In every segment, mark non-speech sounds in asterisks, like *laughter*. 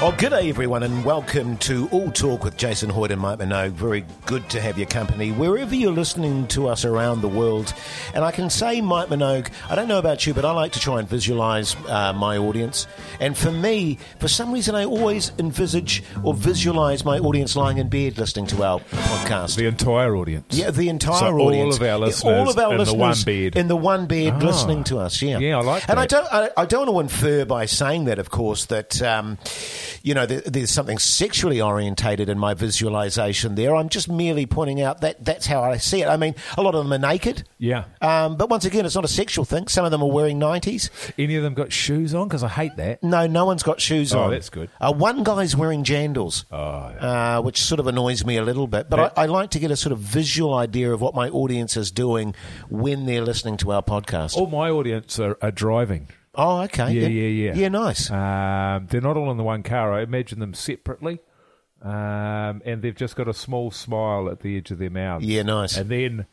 Well, good day, everyone, and welcome to All Talk with Jason Hoyt and Mike Minogue. Very good to have your company wherever you're listening to us around the world. And I can say, Mike Minogue, I don't know about you, but I like to try and visualize uh, my audience. And for me, for some reason, I always envisage or visualize my audience lying in bed listening to our podcast. The entire audience. yeah, the entire So all audience, of our Yeah, listeners in the one listeners bed. in the one bed, Ah. listening to us. Yeah, Yeah, I like And I that. don't, I, I don't want to infer by saying that, of course, that um, you know there, there's something sexually orientated in my visualization. There, I'm just merely pointing out that that's how I see it. I mean, a lot of them are naked. Yeah. Um, but once again, it's not a sexual thing. Some of them are wearing nineties. Any of them got shoes on? Because I hate that. No, no one's got shoes Oh, on. that's good. Oh, Uh, one guy's wearing jandals, uh, which sort of annoys me a little bit. But I, I like to get a sort of visual idea of what my audience is doing when they're listening to our podcast. All my audience are, are driving. Oh, okay. Oh. Yeah, yeah, yeah. Yeah, nice. Um, they're not all in the one car. I imagine them separately. Um, and they've just got a small smile at the edge of their mouth. Yeah, nice. And then,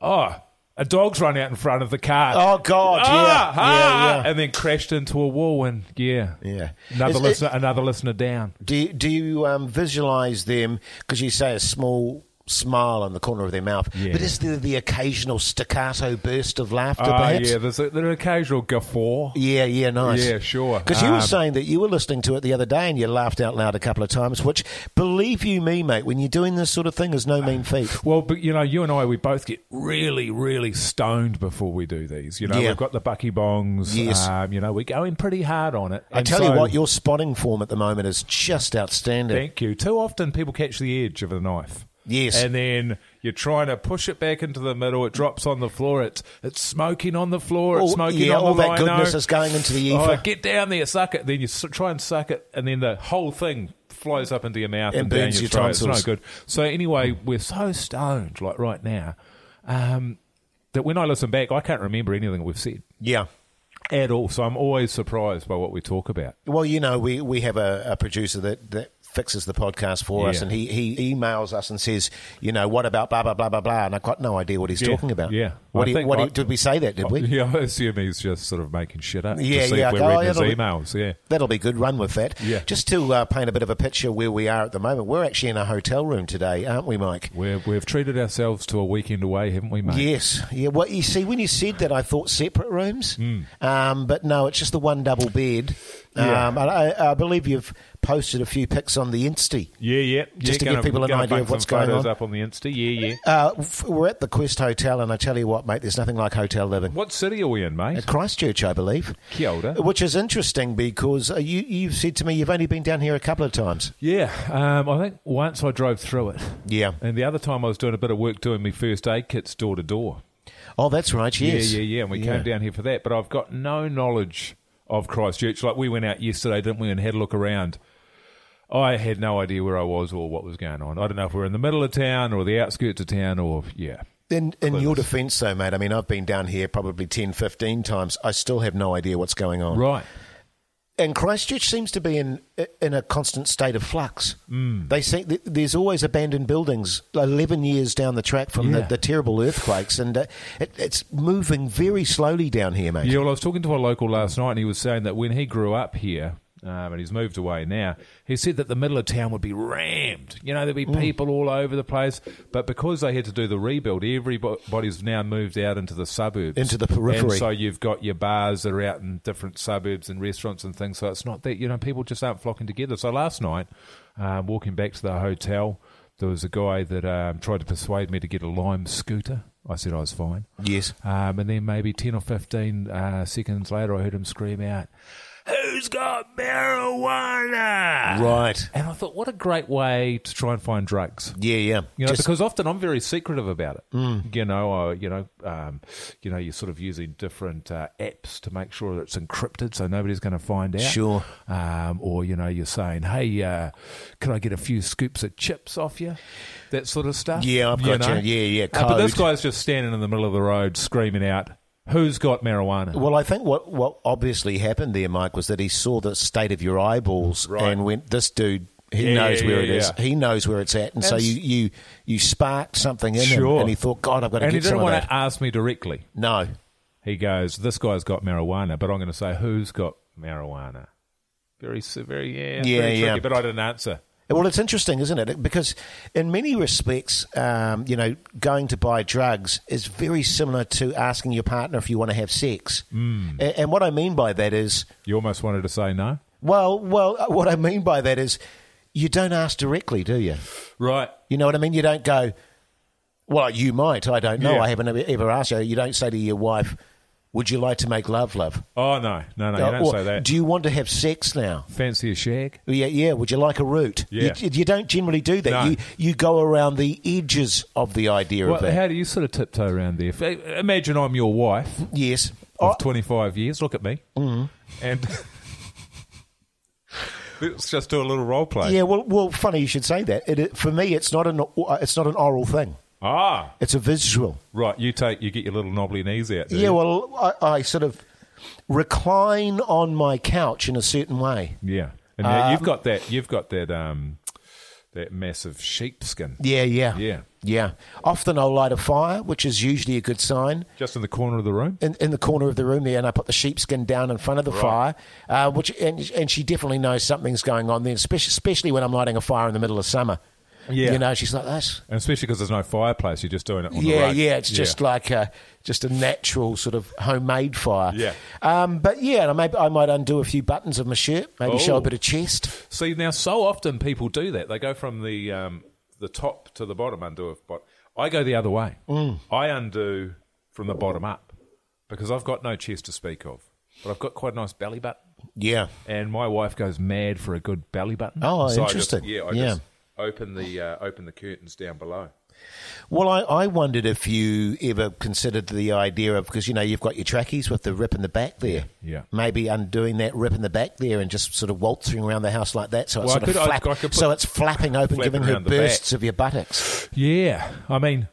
oh, a dog's run out in front of the car. Oh, God, yeah. Ah, ah, Yeah, yeah. And then crashed into a wall and, yeah. Yeah. Another, Is it- listener, another listener down. do you, do you um, visualize them because you say a small smile on the corner of their mouth, Yeah. but is there the occasional staccato burst of laughter? Ah, perhaps. yeah, there's, a, there's an occasional guffaw. Yeah, yeah, nice. Yeah, sure. Because you were Um, saying that you were listening to it the other day and you laughed out loud a couple of times, which, believe you me, mate, when you're doing this sort of thing, is no mean feat. Well, but you know, you and I, we both get really, really stoned before we do these. You know, Yeah. we've got the bucky bongs. Yes. Um, you know, we're going pretty hard on it. I And tell so- you what, your spotting form at the moment is just outstanding. Thank you. Too often people catch the edge of a knife. Yes. And then you're trying to push it back into the middle. It drops on the floor. It's it's smoking on the floor. It's All- smoking Oh, yeah, on the all that lino. goodness is going into the ether. Oh, get down there, suck it. Then you s- try and suck it, and then the whole thing flies up into your mouth It and down burns your, your throat. tonsils. It's no good. So anyway, we're so stoned, like right now, um, that when I listen back, I can't remember anything we've said Yeah. at all. So I'm always surprised by what we talk about. Well, you know, we, we have a, a producer that, that fixes the podcast for us, Yeah. and he, he emails us and says, you know, what about blah, blah, blah, blah, blah. And I've got no idea what he's Yeah, talking about. yeah. What, I do you, think what do I- you- did we say that, did we? *laughs* Yeah, I assume he's just sort of making shit up. Yeah, to see yeah, If we're oh, reading his it'll be- emails. Yeah. That'll be good run with that. Yeah. Just to uh, paint a bit of a picture where we are at the moment, we're actually in a hotel room today, aren't we, Mike? We're, we've treated ourselves to a weekend away, haven't we, mate? Yes. Yeah. Well, you see, when you said that, I thought separate rooms, Hmm. um, but no, it's just the one double bed. Yeah. Um, and I, I believe you've posted a few pics on the Insta. Yeah, yeah. Just yeah, to give gonna- people an gonna idea of put what's some going photos on. up on the Insta. Yeah, yeah. Uh, f- we're at the Quest Hotel, and I tell you what, mate, there's nothing like hotel living. What city are we in, mate? At Christchurch, I believe. Kia ora. Which is interesting because uh, you, you've said to me you've only been down here a couple of times. Yeah, um, I think once I drove through it, Yeah. and the other time I was doing a bit of work doing my first aid kits door to door. Oh, that's right. Yes. Yeah, yeah, yeah. And we came down here for that. But I've got no knowledge of Christchurch. Like we went out yesterday, didn't we, and had a look around. I had no idea where I was or what was going on. I don't know if we were in the middle of town or the outskirts of town or, yeah. In, in your defence, though, mate, I mean, I've been down here probably 10, 15 times. I still have no idea what's going on. Right. And Christchurch seems to be in in a constant state of flux. Hmm. Mm. They see th- there's always abandoned buildings, eleven years down the track from the, Yeah. the terrible earthquakes, and uh, it, it's moving very slowly down here, mate. Yeah, well, I was talking to a local last night, and he was saying that when he grew up here, um, and he's moved away now, he said that the middle of town would be rammed. You know, there'd be Mm. people all over the place. But because they had to do the rebuild, everybody's now moved out into the suburbs. Into the periphery. And so you've got your bars that are out in different suburbs and restaurants and things. So it's not that, you know, people just aren't flocking together. So last night, um, walking back to the hotel, there was a guy that um, tried to persuade me to get a lime scooter. I said I was fine. Yes. Um, and then maybe 10 or 15 uh, seconds later, I heard him scream out, Who who's got marijuana? Right. And I thought, what a great way to try and find drugs. Yeah, yeah. You know, Just- because often I'm very secretive about it. You know, or, you know, um, you know, you're sort of using different uh, apps to make sure that it's encrypted, so nobody's going to find out. Sure. Um, or you know, you're saying, "Hey, uh, can I get a few scoops of chips off you?" That sort of stuff. Yeah, I've got you. Yeah, yeah, Uh, but this code. guy's just standing in the middle of the road screaming out, "Who's got marijuana?" well, I think what, what obviously happened there, Mike, was that he saw the state of your eyeballs Right. and went, "This dude, he Yeah, knows yeah, where yeah, it is. yeah. He knows where it's at." And, so And- you, you you sparked something in him, Sure. and he thought, "God, I've got to and he get some didn't of want that." to ask me directly. No, He goes, "This guy's got marijuana," but I'm going to say, "Who's got marijuana?" Very, se- very, yeah, Yeah, very yeah. tricky, But I didn't answer. Well, it's interesting, isn't it? Because in many respects, um, you know, going to buy drugs is very similar to asking your partner if you want to have sex. Hmm. Mm. And, what I mean by that is, You almost wanted to say no, well, well, uh, what I mean by that is, you don't ask directly, do you? right? You know what I mean? You don't go, well, you might. I don't know. Yeah. I haven't ever- ever asked you. You don't say to your wife, "Would you like to make love, love?" Oh no, no, no, you don't Or, say that. Uh, Do you want to have sex now? Fancy a shag? Yeah, yeah. Would you like a root? Yeah. You, you don't generally do that. No. You you go around the edges of the idea Well, of that. how do you sort of tiptoe around there? If- uh, Imagine I'm your wife of yes. Oh, 25 years. Look at me, Mm-hmm. and *laughs* let's just do a little role play. yeah. Well, well. Funny you should say that. It, it- for me, it's not an uh, it's not an oral thing. Ah, It's a visual. right. You take, you get your little knobbly knees out. do Yeah. you? Well, I, I sort of recline on my couch in a certain way. yeah. And now um, you've got that. You've got that. Um, that massive sheepskin. Yeah. Yeah. Yeah. Yeah. Often I'll light a fire, which is usually a good sign. Just in the corner of the room? in, in the corner of the room there, and I put the sheepskin down in front of the fire, uh, which and, and she definitely knows something's going on there, especially, especially when I'm lighting a fire in the middle of summer. Yeah. you know, she's like this. And especially because there's no fireplace, you're just doing it on the Yeah, road. yeah, it's just like a just a natural sort of homemade fire. Yeah. um, but yeah, and I, maybe I might undo a few buttons of my shirt, maybe show a Oh. bit of chest. See, now, so often people do that. They go from the, um, the top to the bottom, undo a bot. I go the other way. Mm. I undo from the bottom up because I've got no chest to speak of, but I've got quite a nice belly button. Yeah, And my wife goes mad for a good belly button. Oh, I interesting. just, yeah, I Yeah. just open the, uh, open the curtains down below. Well, I, I wondered if you ever considered the idea of because you know you've got your trackies with the rip in the back there. Yeah. Maybe undoing that rip in the back there and just sort of waltzing around the house like that, so it's Well, I sort of could- I- flap, I could put- so it's flapping open, Flapping giving her around the bursts back. of your buttocks. Yeah, I mean,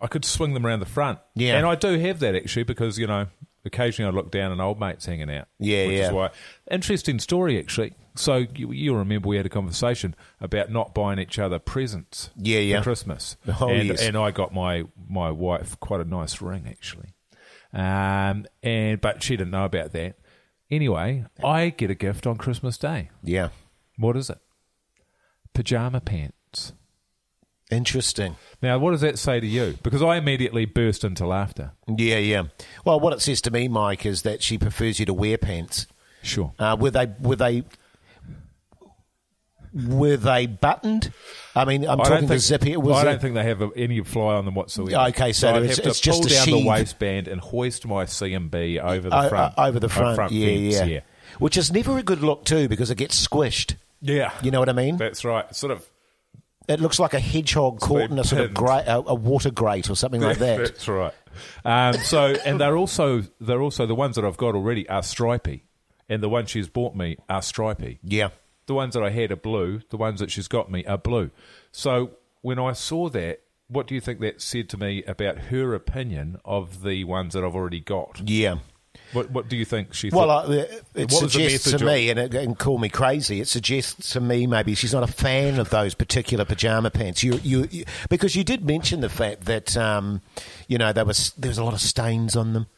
I could swing them around the front. Yeah. and I do have that actually because you know occasionally I look down and old mates hanging out. Yeah, which yeah. Is why. Interesting story actually. So you, you remember we had a conversation about not buying each other presents. Yeah, yeah. For Christmas. *laughs* Oh, and, yes. and I got my my wife quite a nice ring actually, um, and but she didn't know about that. Anyway, I get a gift on Christmas Day. Yeah, What is it? Pajama pants. interesting. Now, what does that say to you? Because I immediately burst into laughter. Yeah, yeah. Well, what it says to me, Mike, is that she prefers you to wear pants. Sure. Uh, were they? Were they? Were they buttoned? I mean, I'm I talking don't the think, zip here. Was I it- don't think they have a, any fly on them whatsoever. Okay, so I'd it's- have to it's pull just a down sheath. the waistband and hoist my CMB over O- the front, o- over the front, yeah, fence, yeah, yeah, Which is never a good look too because it gets squished. Yeah. You know what I mean? That's right. Sort of. It looks like a hedgehog caught in a sort of pinned. gra- a, a water grate or something *laughs* like *laughs* that. That's right. Um, so, and they're also they're also the ones that I've got already are stripy, and the ones she's bought me are stripy. yeah. The ones that I had are blue. The ones that she's got me are blue. So when I saw that, what do you think that said to me about her opinion of the ones that I've already got? Yeah. What What do you think she? Well, thought? I, it it What was the suggests to message me, and, it, and call me crazy, it suggests to me maybe she's not a fan of those particular pajama pants. You, you, you because you did mention the fact that um, you know there was there was a lot of stains on them.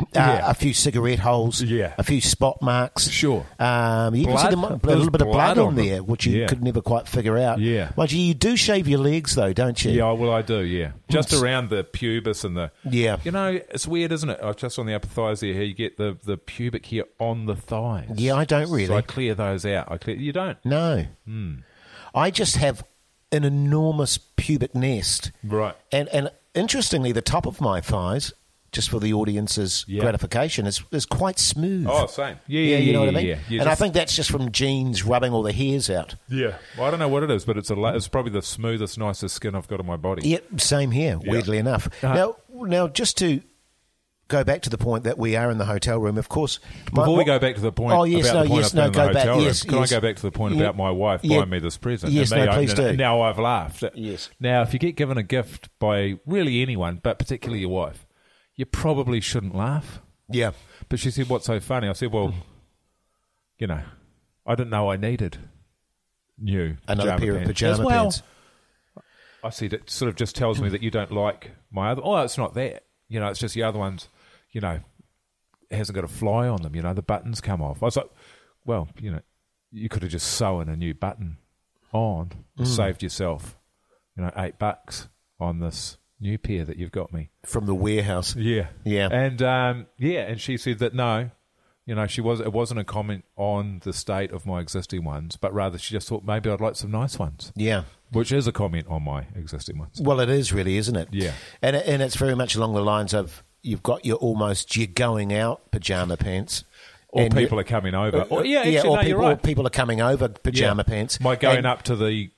Uh, Yeah. A few cigarette holes, Yeah. a few spot marks. Sure. um, you can Blood? see the, a There little was bit of blood, blood on, on them. there, which you Yeah. could never quite figure out. Yeah. mind you, you do shave your legs though, don't you? yeah, well, I do. Yeah, just around the pubis and the Yeah. You know, it's weird, isn't it? Oh, just on the upper thighs there, here you get the the pubic hair on the thighs. Yeah, I don't So really. I clear those out. I clear. You don't. No. Hmm. I just have an enormous pubic nest. Right. And and interestingly the top of my thighs just for the audience's Yeah. gratification is, is quite smooth. Oh, same. Yeah, yeah, you know yeah, what I mean. yeah, yeah. You And I just- think that's just from jeans rubbing all the hairs out. Yeah. Well, I don't know what it is, but it's a la- it's probably the smoothest, nicest skin I've got on my body. Yep, same here. Weirdly enough. Uh-huh. Now, now just to go back to the point that we are in the hotel room. Of course, my- Before we go back to the point Oh yes, about no, the point yes, I've been no, in go the back. hotel room, Yes, can yes. I go back to the point Yeah. about my wife Yeah. buying me this present? Yes, and me no, please opening it? do. Now I've laughed. Yes. Now, if you get given a gift by really anyone, but particularly your wife, you probably shouldn't laugh. Yeah. But she said, "What's so funny?" I said, "Well, you know, I didn't know I needed new Another pyjama pair of pants. pyjama As well, pants. I said it sort of just tells me that you don't like my other. Oh, it's not that. You know, it's just the other ones. You know, it hasn't got a fly on them. You know, the buttons come off. I was like, well, you know, you could have just sewn a new button on, Mm. saved yourself, you know, eight bucks on this new pair that you've got me. From the warehouse. Yeah, Yeah. and um, yeah, and she said that no, you know, she was it wasn't a comment on the state of my existing ones, but rather she just thought maybe I'd like some nice ones, Yeah. which is a comment on my existing ones. Well, it is really, isn't it? Yeah. And it- and it's very much along the lines of you've got your almost your going out pajama pants. Or and people you- are coming over. Or, yeah, actually, yeah, or no, people, you're or right. people are coming over pajama Yeah. pants. My going and up to the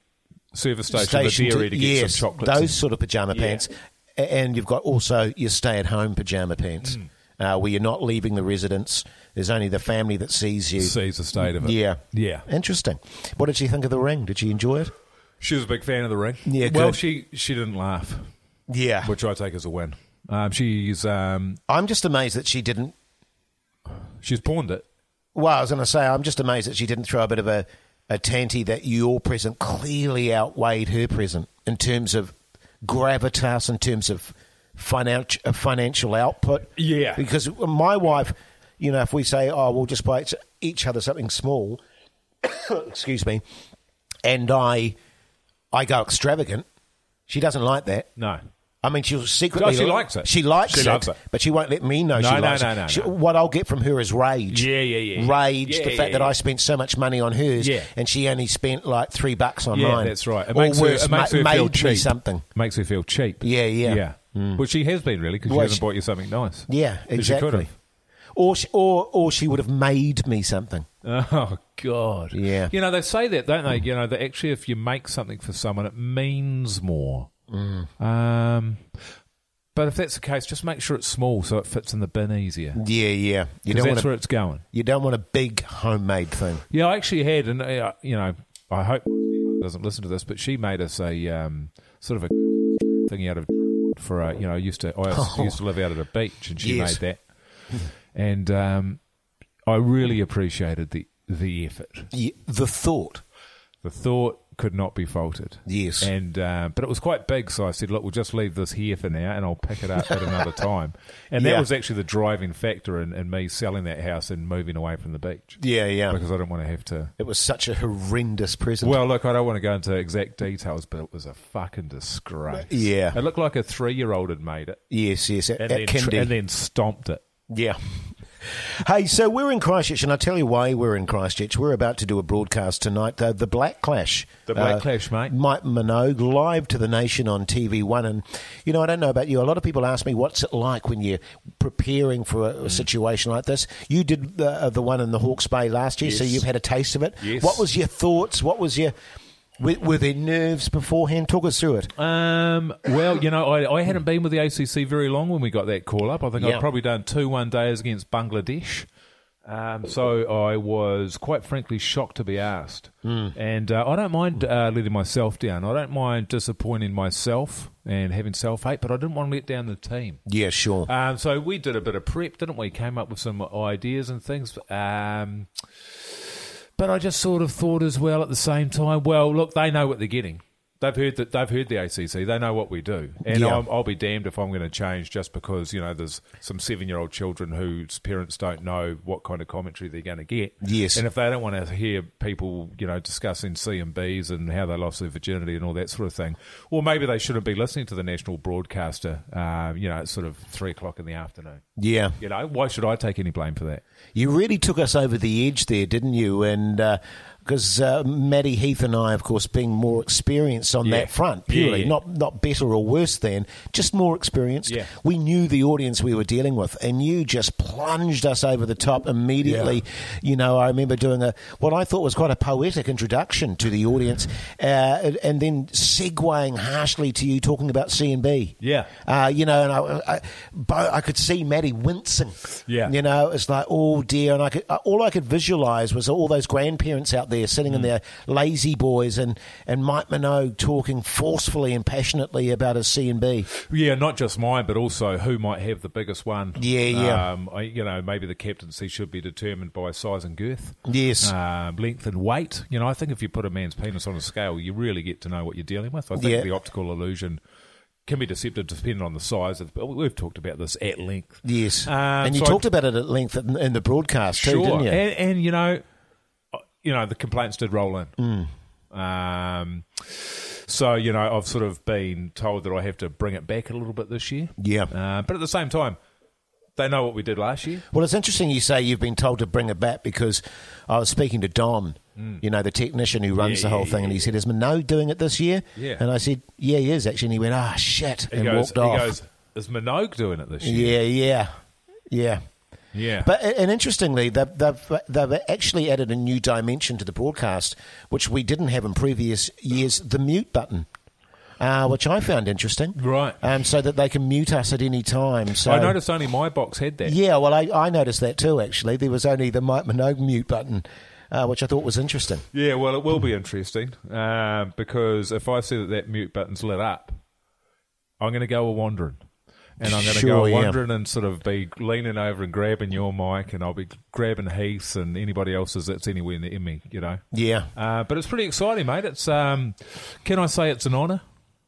service station, station the to- dairy to, get yes, some chocolates. Those and- sort of pajama Yeah. pants, A- and you've got also your stay-at-home pajama pants, Mm. uh, where you're not leaving the residence. There's only the family that sees you. sees the state of it. yeah, uh, Yeah. Interesting. What did she think of the ring? Did she enjoy it? She was a big fan of the ring. Yeah, Well, good. she she didn't laugh, Yeah. which I take as a win. Um, she's um, I'm just amazed that she didn't. she's pawned it. Well, I was going to say, I'm just amazed that she didn't throw a bit of a, a tanty that your present clearly outweighed her present in terms of gravitas, in terms of financial uh, financial output. Yeah. because my wife, you know, if we say, "Oh, we'll just buy each- each other something small," *coughs* excuse me, and I, I go extravagant. She doesn't like that. No. I mean, she'll secretly. Oh, she likes it. She likes She it, loves it. but she won't let me know No, she no, likes no, it. no, She- no. What I'll get from her is rage. Yeah, yeah, yeah, yeah. Rage. Yeah, the yeah, fact that yeah. I spent so much money on hers, Yeah. and she only spent like three bucks on Yeah, mine. that's right. It or makes her- worse, it makes ma- her made feel me cheap. something. Makes her feel cheap. Yeah, yeah. Mm. Yeah. Well, she has been really because Well, she hasn't she- bought you something nice. Yeah, 'Cause she could exactly. Or she, or or she would have made me something. have. Oh God. Yeah. You know they say that, don't they? You know that actually, if you make something for someone, it means more. Mm. Um, but if that's the case, just make sure it's small so it fits in the bin easier. Yeah, yeah. You 'Cause don't that's want a, where it's going. you don't want a big homemade thing. Yeah, I actually had, and uh, you know, I hope doesn't listen to this, but she made us a um, sort of a thing out of for a, you know, I used to I used to live out at a beach, and she Oh. Yes. made that, and um, I really appreciated the the effort. Y the thought. The thought could not be faulted. Yes. and uh, but it was quite big, so I said, look, we'll just leave this here for now, and I'll pick it up *laughs* at another time. And Yeah. that was actually the driving factor in, in me selling that house and moving away from the beach Yeah, yeah. because I didn't want to have to. It was such a horrendous present. Well, look, I don't want to go into exact details, but it was a fucking disgrace. Yeah. It looked like a three year old had made it yes, yes. At, and, at then, Kindy. and then stomped it. Yeah. Hey, so we're in Christchurch, and I'll tell you why we're in Christchurch. We're about to do a broadcast tonight, the, the Black Clash. Uh, The Black Clash, mate. Mike Minogue, live to the nation on TV One. And, you know, I don't know about you. A lot of people ask me, what's it like when you're preparing for a, a Mm. situation like this? You did the, uh, the one in the Hawke's Bay last year, so Yes. you've had a taste of it. Yes. What was your thoughts? What was your. Were, were there nerves beforehand? Talk us through it. Um, well, you know, I, I hadn't been with the ACC very long when we got that call up. I think Yeah. I'd probably done two one days against Bangladesh. Um, so I was quite frankly shocked to be asked. Hmm. And uh, I don't mind uh, letting myself down. I don't mind disappointing myself and having self hate, but I didn't want to let down the team. Yeah, sure. Um, so we did a bit of prep, didn't we? Came up with some ideas and things. Um, but I just sort of thought as well at the same time. Well, look, they know what they're getting. They've heard that they've heard the ACC. They know what we do, and Yeah. I'm, I'll be damned if I'm going to change just because you know there's some seven year old children whose parents don't know what kind of commentary they're going to get. Yes. and if they don't want to hear people you know discussing C and B's and how they lost their virginity and all that sort of thing, well maybe they shouldn't be listening to the national broadcaster. Um, you know, at sort of three o'clock in the afternoon. yeah. You know, why should I take any blame for that? You really took us over the edge there, didn't you? And uh, because uh, Maddie Heath and I, of course, being more experienced on Yeah. that front, Yeah, purely yeah. not not better or worse than, just more experienced. Yeah. We knew the audience we were dealing with, and you just plunged us over the top immediately. You know, I remember doing a what I thought was quite a poetic introduction to the audience, uh, and, and then segueing harshly to you talking about C and B. Yeah. uh, you know, and I, I, bo- I could see Maddie wincing. Yeah. you know, it's like oh dear, and I could, all I could visualize was all those grandparents out there sitting Mm. in their lazy boys, and and Mike Minogue talking forcefully and passionately about his C and B. Yeah, not just mine, but also who might have the biggest one. Yeah, yeah. Um, I, you know, maybe the captaincy should be determined by size and girth. Yes. Um, length and weight. You know, I think if you put a man's penis on a scale, you really get to know what you're dealing with. I think Yeah. the optical illusion can be deceptive depending on the size. Of, but we've talked about this at length. Yes, Um, and you so I- talked about it at length in, in the broadcast too, sure. didn't you? And, and you know, uh, you know, the complaints did roll Mm. in. Um, so you know, I've sort of been told that I have to bring it back a little bit this year. Yeah. Uh, but at the same time, they know what we did last year. Well, it's interesting you say you've been told to bring it back because I was speaking to Don, you know, the technician who runs Mm. Yeah, the whole yeah, thing, yeah, and he said, "Is Minogue doing it this year?" Yeah. and I said, "Yeah, he is actually." And he went, "Ah, shit," He and goes, walked off. he goes, is Minogue doing it this year? yeah, yeah, yeah. Yeah. But and interestingly, they've, they've they've actually added a new dimension to the broadcast, which we didn't have in previous years. The mute button. Uh, which I found interesting, Right. Um, so that they can mute us at any time. So I noticed only my box had that. Yeah, well, I, I noticed that too, actually. There was only the Mike Minogue mute button, uh, which I thought was interesting. Yeah, well, it will be interesting uh, because if I see that that mute button's lit up, I'm going to go a wandering. And I'm going to Sure, go yeah. wandering and sort of be leaning over and grabbing your mic, and I'll be grabbing Heath's and anybody else's that's anywhere near me, you know. Yeah. Uh, but it's pretty exciting, mate. It's um, can I say it's an honour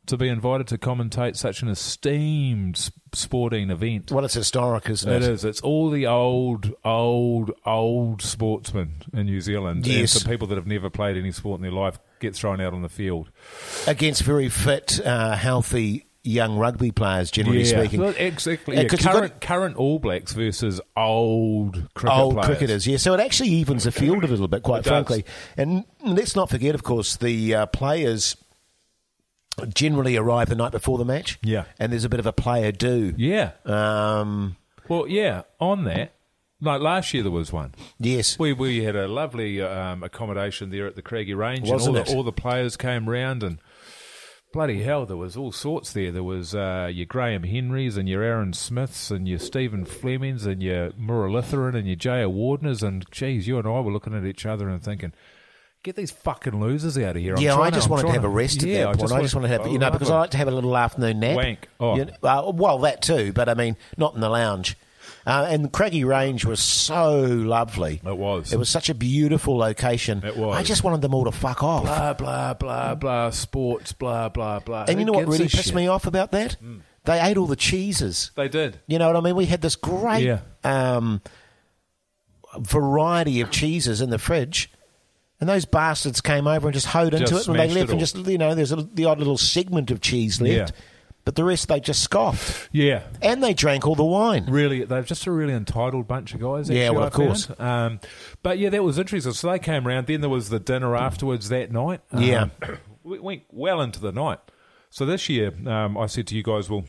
to be invited to commentate such an esteemed s- sporting event. Well, it's historic, isn't it? It is. It's all the old, old, old sportsmen in New Zealand. Yes. And some people that have never played any sport in their life get thrown out on the field. Against very fit, uh, healthy young rugby players, generally speaking. Well, exactly. Uh, yeah. 'cause you've Current, current All Blacks versus old cricket old players. cricketers. Yeah, so it actually evens the field a little bit, quite does. frankly. And let's not forget, of course, the uh, players generally arrive the night before the match. Yeah. and there's a bit of a player do. Yeah. Um, Well, yeah, on that. Like last year, there was one. yes, We we had a lovely um, accommodation there at the Craigie Range, Wasn't and all it? the, all the players came round and. Bloody hell! There was all sorts there. There was uh, your Graham Henrys and your Aaron Smiths and your Stephen Flemings and your Muralitharan and your J.O. Wardners and geez, you and I were looking at each other and thinking, "Get these fucking losers out of here!" I'm yeah, I trying just I'm wanted to trying have a rest at Yeah, that point. I just wanted to have, you know, love because it. I like to have a little afternoon nap. Oh, Wank. Oh. You know, uh, well, that too, but I mean, not in the lounge. Uh, and the Craggy Range was so lovely. It was. It was such a beautiful location. It was. I just wanted them all to fuck off. blah blah blah blah sports blah blah blah. and Who you know what gives really a pissed shit? Hmm. me off about that? They ate all the cheeses. They did. You know what I mean? We had this great Yeah. um, variety of cheeses in the fridge. And those bastards came over and just hoed into Just it, and they smashed left, and it all. just you know, there's a, the odd little segment of cheese left, Yeah. but the rest they just scoffed, Yeah, and they drank all the wine. really they're just a really entitled bunch of guys. Yeah, actually, well, I of course. found. Um, but yeah, that was interesting. So they came round. Then there was the dinner afterwards that night. Um, Yeah. *coughs* we went well into the night. So this year, um, I said to you guys, well.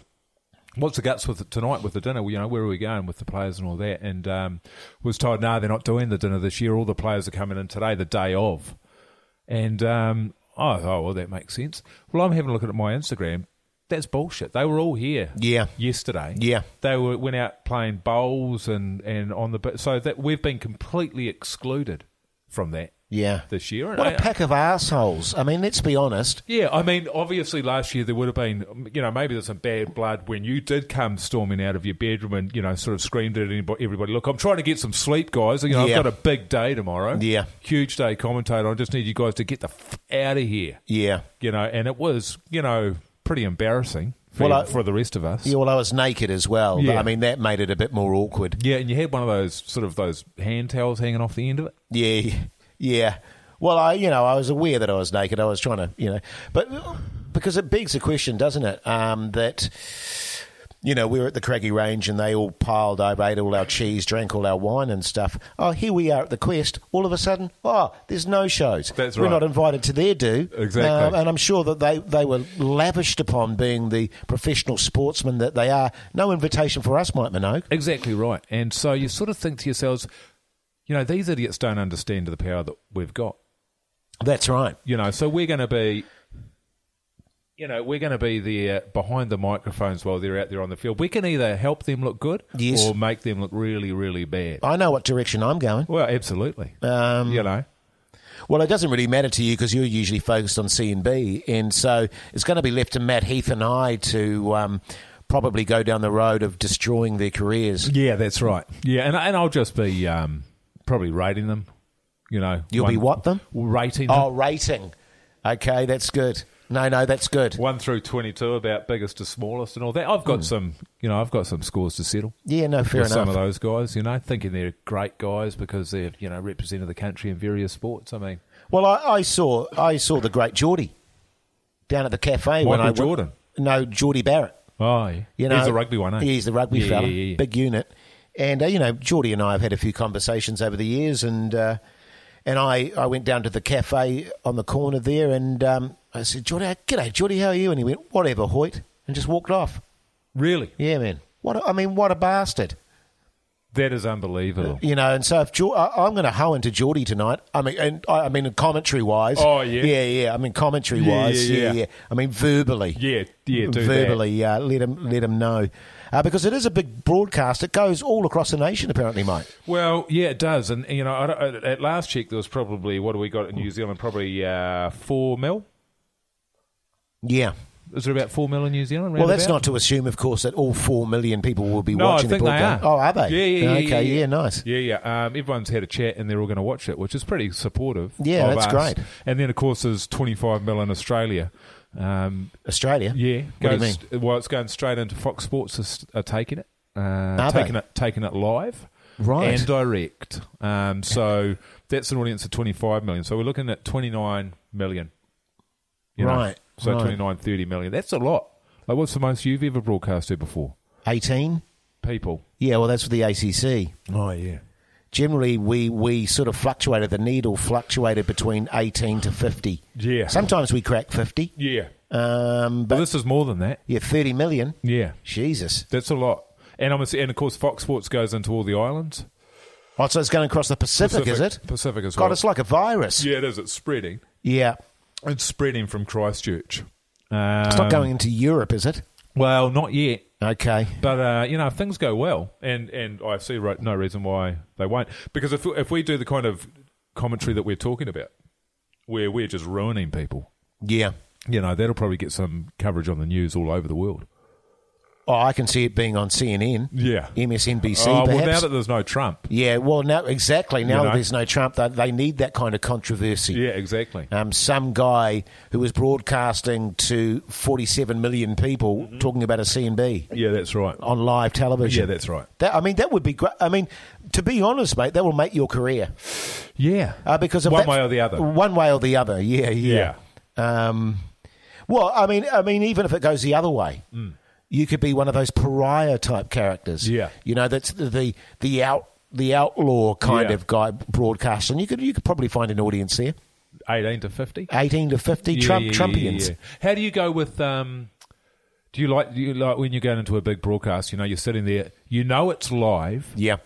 What's the guts with it tonight with the dinner? Well, You know, where are we going with the players and all that? And um, was told, no, they're not doing the dinner this year. All the players are coming in today, the day of. And um, oh, oh, well, that makes sense. Well, I'm having a look at my Instagram. That's bullshit. They were all here. Yeah. Yesterday. Yeah. They were went out playing bowls and and on the bit. So that we've been completely excluded from that Yeah, this year. And what I- a pack of assholes! I mean, let's be honest. yeah, I mean, obviously last year there would have been, you know, maybe there's some bad blood when you did come storming out of your bedroom and, you know, sort of screamed at anybody, everybody, look, I'm trying to get some sleep, guys. You know, Yeah. I've got a big day tomorrow. Yeah. Huge day commentator. I just need you guys to get the f- out of here, Yeah, you know, and it was, you know, pretty embarrassing for, Well, I- for the rest of us. yeah. Well, I was naked as well. But, Yeah. I mean, that made it a bit more awkward. Yeah, and you had one of those sort of those hand towels hanging off the end of it. Yeah, yeah. Well, I, you know, I was aware that I was naked. I was trying to, you know, but because it begs the question, doesn't it? Um, that you know, we were at the Craigie Range and they all piled over, ate all our cheese, drank all our wine and stuff. Oh, here we are at the Quest. All of a sudden, oh, there's no shows. That's We're right. not invited to their do. Um, Exactly. and I'm sure that they, they were lavished upon being the professional sportsmen that they are. No invitation for us, Mike Minogue. Exactly right. And so you sort of think to yourselves, you know, these idiots don't understand the power that we've got. That's right. You know, so we're going to be, you know, we're going to be there behind the microphones while they're out there on the field. We can either help them look good Yes. or make them look really, really bad. I know what direction I'm going. Well, absolutely. Um, you know, Well, it doesn't really matter to you because you're usually focused on C and B, and so it's going to be left to Matt Heath and I to um, probably go down the road of destroying their careers. Yeah, that's right. Yeah, and and I'll just be um, probably rating them. You know, You'll be what them? Rating them Oh, rating. Okay, that's good. No, no, that's good. one through twenty-two about biggest to smallest and all that. I've got some, you know, I've got some scores to settle. Yeah, no, Hmm. fair with some of enough. those guys, you know, thinking they're great guys because they've you know represented the country in various sports. I mean, Well, I, I saw I saw the great Geordie down at the cafe when Michael I Jordan. No, Geordie Barrett. oh, yeah. You know, he's a rugby one, eh? He's the rugby yeah, fella, Yeah, yeah, yeah. big unit. And uh, you know, Geordie and I have had a few conversations over the years, and uh, and I, I went down to the cafe on the corner there, and um, I said, Geordie, g'day, Geordie, how are you? And he went, whatever, Hoyt, and just walked off. Really, Yeah, man. What a, I mean, what a bastard, that is unbelievable. you know. And so if Geor- I, I'm going to hoe into Geordie tonight. I mean, and I, I mean, commentary wise. Oh, yeah. yeah, yeah. I mean, commentary wise. Yeah, yeah, Yeah yeah. yeah. I mean, verbally Yeah, yeah, do verbally Uh, let him let him know uh, because it is a big broadcast. It goes all across the nation, apparently, mate. That. Well, yeah, it does, and you know, I don't, at last check there was probably what do we got in Hmm. New Zealand? Probably uh, four mil. Yeah. Is there about four million in New Zealand? Well, that's roundabout? not to assume, of course, that all four million people will be No, I watching think the they broadcast. are. Oh, are they? Yeah, yeah, yeah, Okay, yeah, yeah. nice. Yeah, yeah. Um, everyone's had a chat and they're all going to watch it, which is pretty supportive. Yeah, of that's us. great. And then, of course, there's 25 mil in Australia. Um, Australia. yeah, What do you mean? goes- Well, it's going straight into Fox Sports is, are taking it, uh, Are they? taking it, taking it live, Right. and direct. Um, so that's an audience of 25 million. So we're looking at 29 million. you know. Right, So right. 29, 30 million. That's a lot. Like, what's the most you've ever broadcast to before? Eighteen. People. Yeah. Well, that's for the ACC. Oh yeah. Generally, we, we sort of fluctuated. The needle fluctuated between eighteen to fifty. Yeah. Sometimes we crack fifty. Yeah. Um, but But this is more than that. yeah, thirty million. Yeah, Jesus. that's a lot. And I'm and of course Fox Sports goes into all the islands. Oh, so it's going across the Pacific, is it? Pacific as well. God, it's like a virus. yeah, it is. It's spreading. Yeah. It's spreading from Christchurch. Um, It's not going into Europe, is it? well, not yet. Okay. But uh, you know, if things go well, and and I see ri- no reason why they won't. Because if if we do the kind of commentary that we're talking about, where we're just ruining people, Yeah. you know, that'll probably get some coverage on the news all over the world. Oh, I can see it being on CNN. Yeah. MSNBC, Oh, well, perhaps. now that there's no Trump. yeah, well, now, exactly. Now You that know. there's no Trump, they, they need that kind of controversy. Yeah, exactly. Um, some guy who was broadcasting to 47 million people talking about a CNB Yeah, that's right. on live television. Mm-hmm. Yeah, that's right. That, I mean, that would be great. I mean, to be honest, mate, that will make your career. Yeah, Uh, because of one that- way or the other. One way or the other. Yeah, yeah. Um, well, I mean, I mean, even if it goes the other way, you could be one of those pariah type characters. Mm. Yeah. you know, that's the the, the out the outlaw kind Yeah. of guy broadcast, and you could you could probably find an audience there, 18 to 50. eighteen to fifty Yeah, Uh, Trump yeah, yeah, Trumpians. yeah, yeah. How do you go with um do you like do you like when you're going into a big broadcast, you know, you're sitting there, you know it's live, Yeah.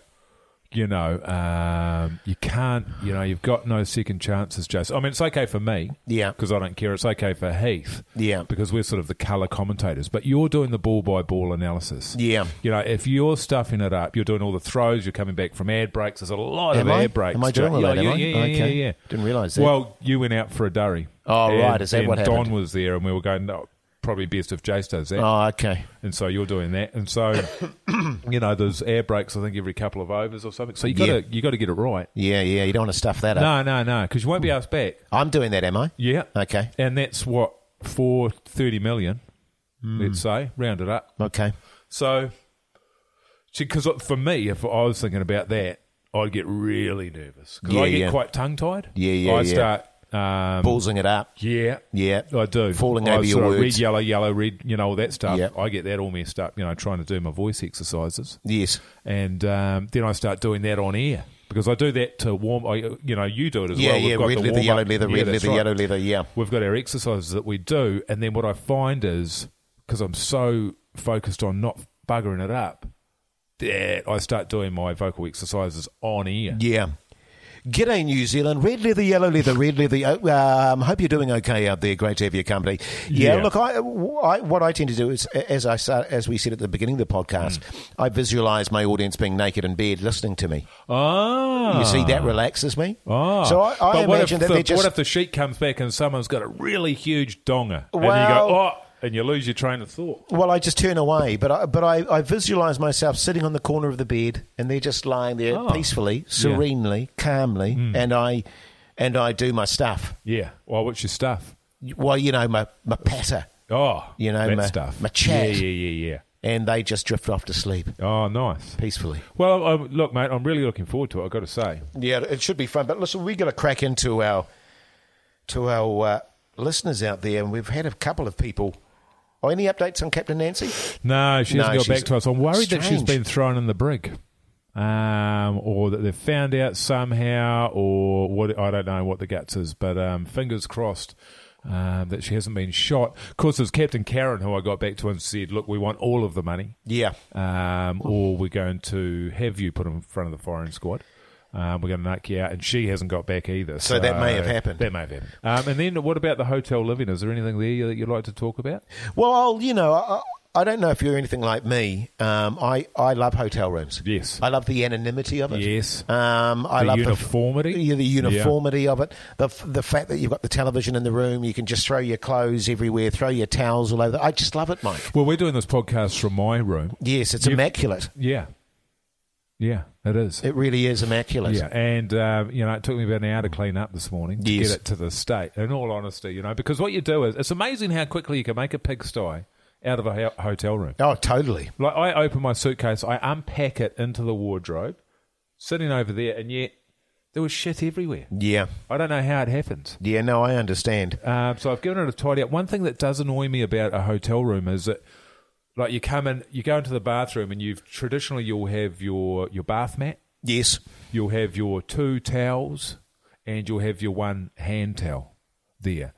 you know, um, you can't, you know, you've got no second chances, Jason. I mean, it's okay for me. Yeah. Because I don't care. It's okay for Heath. Yeah. Because we're sort of the colour commentators. But you're doing the ball by ball analysis. Yeah. You know, if you're stuffing it up, you're doing all the throws, you're coming back from ad breaks. There's a lot Am of I? ad breaks. Am I doing all yeah, that, am Yeah, I? yeah, yeah, Okay. yeah, yeah. Didn't realise that. Well, you went out for a durry. Oh, And- right. Is that and what happened? Don was there, and we were going, no, probably best if Jace does that. Oh, okay. And so you're doing that, and so *coughs* you know there's air breaks. I think every couple of overs or something. So you got to Yeah. you got to get it right. Yeah, yeah. You don't want to stuff that up. No, no, no, because you won't be asked back. I'm doing that, am I? Yeah. Okay. And that's what for thirty million, Hmm. let's say, round it up. Okay. So, because for me, if I was thinking about that, I'd get really nervous because Yeah, I get yeah. quite tongue tied. Yeah, yeah, I yeah. start Um, Ballsing it up. yeah, Yeah. I do. Falling I over your sort of words. Red, yellow, yellow, red. You know all that stuff. Yep. I get that all messed up. You know, trying to do my voice exercises, Yes. and um, then I start doing that on air because I do that to warm. I, you know, you do it as Yeah, well. We've yeah. got Red the leather, warm-up- yellow leather, Yeah, red that's leather, right. yellow leather. Yeah. We've got our exercises that we do, and then what I find is because I'm so focused on not buggering it up that I start doing my vocal exercises on air. Yeah. G'day, New Zealand. Red leather, yellow leather, red leather. Oh, um, hope you're doing okay out there. Great to have your company. Yeah, Yeah. look, I, I, what I tend to do is, as I sa- as we said at the beginning of the podcast, Mm. I visualize my audience being naked in bed listening to me. Ah, You see, that relaxes me. Ah, So I, I but what if imagine that the, they're just. what if the sheet comes back and someone's got a really huge donger, and you Well- go oh, and you lose your train of thought. well, I just turn away, but I, but I, I visualize myself sitting on the corner of the bed, and they're just lying there Oh. peacefully, serenely, calmly, Hmm. and I and I do my stuff. Yeah. Well, what's your stuff? Well, you know, my my patter. Oh, You know, that my- stuff. my chat. Yeah, yeah, yeah, and they just drift off to sleep yeah. Oh, nice. peacefully. Well, I, look, mate, I'm really looking forward to it. I've got to say. Yeah, it should be fun. But listen, we got to crack into our to our uh, listeners out there, and we've had a couple of people. Oh, any updates on Captain Nancy? No, she No, hasn't got she's- back to us. I'm worried that she's Strange. been thrown in the brig, um, or that they've found out somehow, or what I don't know what the guts is. But um, fingers crossed um, that she hasn't been shot. Of course, there's Captain Karen who I got back to and said, "Look, we want all of the money, Yeah, um, or we're going to have you put in front of the firing squad." Um, we're going to knock you out, and she hasn't got back either. So that may have happened. That may have happened. Um, and then, what about the hotel living? Is there anything there that you'd like to talk about? Well, you know, I, I don't know if you're anything like me. Um, I I love hotel rooms. Yes. I love the anonymity of it. Yes. um, I The love uniformity? The, yeah, the Yeah. uniformity of it. The f- the fact that you've got the television in the room, you can just throw your clothes everywhere, throw your towels all over. I just love it, Mike. Well, we're doing this podcast from my room. Yes, it's You've- immaculate. Yeah. Yeah, it is. It really is immaculate. yeah, and uh, you know, it took me about an hour to clean up this morning to Yes. get it to the state. In all honesty, you know, because what you do is it's amazing how quickly you can make a pigsty out of a ho- hotel room. Oh, totally. Like I open my suitcase, I unpack it into the wardrobe, sitting over there, and yet there was shit everywhere. Yeah. I don't know how it happens. Yeah, no, I understand. Um, so I've given it a tidy up. One thing that does annoy me about a hotel room is that, like, you come in, you go into the bathroom, and you've traditionally you'll have your your bath mat, Yes. you'll have your two towels, and you'll have your one hand towel there.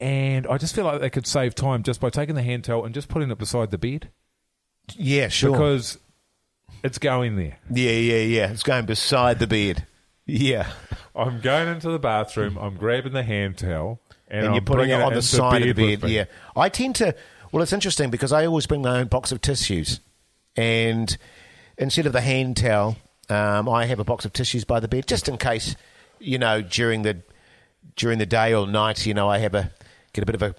And I just feel like they could save time just by taking the hand towel and just putting it beside the bed Yeah, sure. because it's going there. yeah, yeah, yeah. It's going beside the bed. Yeah. I'm going into the bathroom. I'm grabbing the hand towel, and, And, I'm you're putting bringing it on the into side of the with bed. me. Yeah. I tend to, well, it's interesting because I always bring my own box of tissues. And instead of the hand towel, um, I have a box of tissues by the bed just in case, you know, during the during the day or night, you know, I have a get a bit of a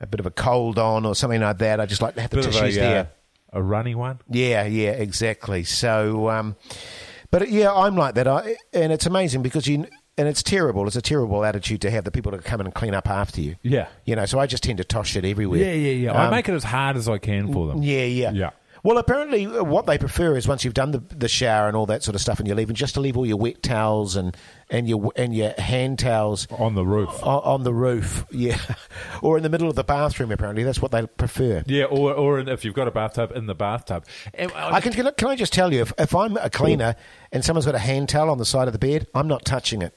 a bit of a cold on or something like that. I just like to have the Bit of tissues a, there. uh, a runny one. Yeah, yeah, exactly. So, um, but yeah, I'm like that. I, and it's amazing because you, and it's terrible. It's a terrible attitude to have the people to come and clean up after you. Yeah. You know, so I just tend to toss shit everywhere. Yeah, yeah, yeah. I Um, make it as hard as I can for them. Yeah, yeah. Yeah. Well, apparently, uh, what they prefer is once you've done the, the shower and all that sort of stuff, and you're leaving, just to leave all your wet towels and, and your and your hand towels On the roof. on, on the roof, *laughs* yeah, or in the middle of the bathroom. Apparently, that's what they prefer. Yeah, or, or in, if you've got a bathtub, in the bathtub. And I- I can, can, I, can I just tell you, if, if I'm a cleaner and someone's got a hand towel on the side of the bed, I'm not touching it.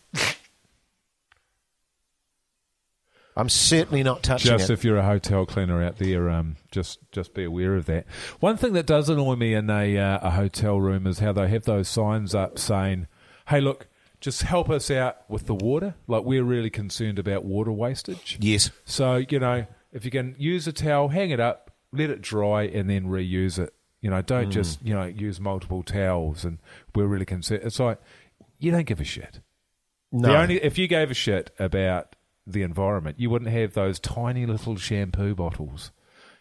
I'm certainly not touching just it. if you're a hotel cleaner out there, um, just just be aware of that. One thing that does annoy me in a, uh, a hotel room is how they have those signs up saying, "Hey, look, just help us out with the water. Like we're really concerned about water wastage." yes. So, you know, if you can use a towel, hang it up, let it dry, and then reuse it. You know, Hmm. don't just, you know, use multiple towels. And we're really concerned. It's like, you don't give a shit. No. The only, if you gave a shit about the environment, you wouldn't have those tiny little shampoo bottles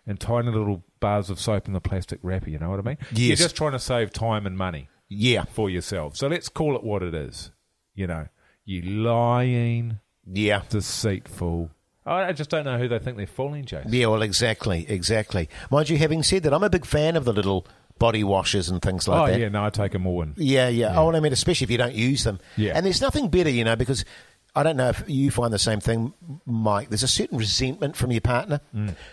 and tiny little bars of soap in the plastic wrapper. You know what I mean? You're Yes. just trying to save time and money yeah. for yourself. So let's call it what it is. You know, you lying Yeah. deceitful. I I just don't know who they think they're fooling, Jason. Yeah, well, exactly. Exactly. Mind you, having said that, I'm a big fan of the little body washes and things like oh that. yeah, no, I take them all in. Yeah, yeah. Oh, and I mean, especially if you don't use them. Yeah. And there's nothing better, you know, because I don't know if you find the same thing, Mike. There's a certain resentment from your partner. Mm. *coughs*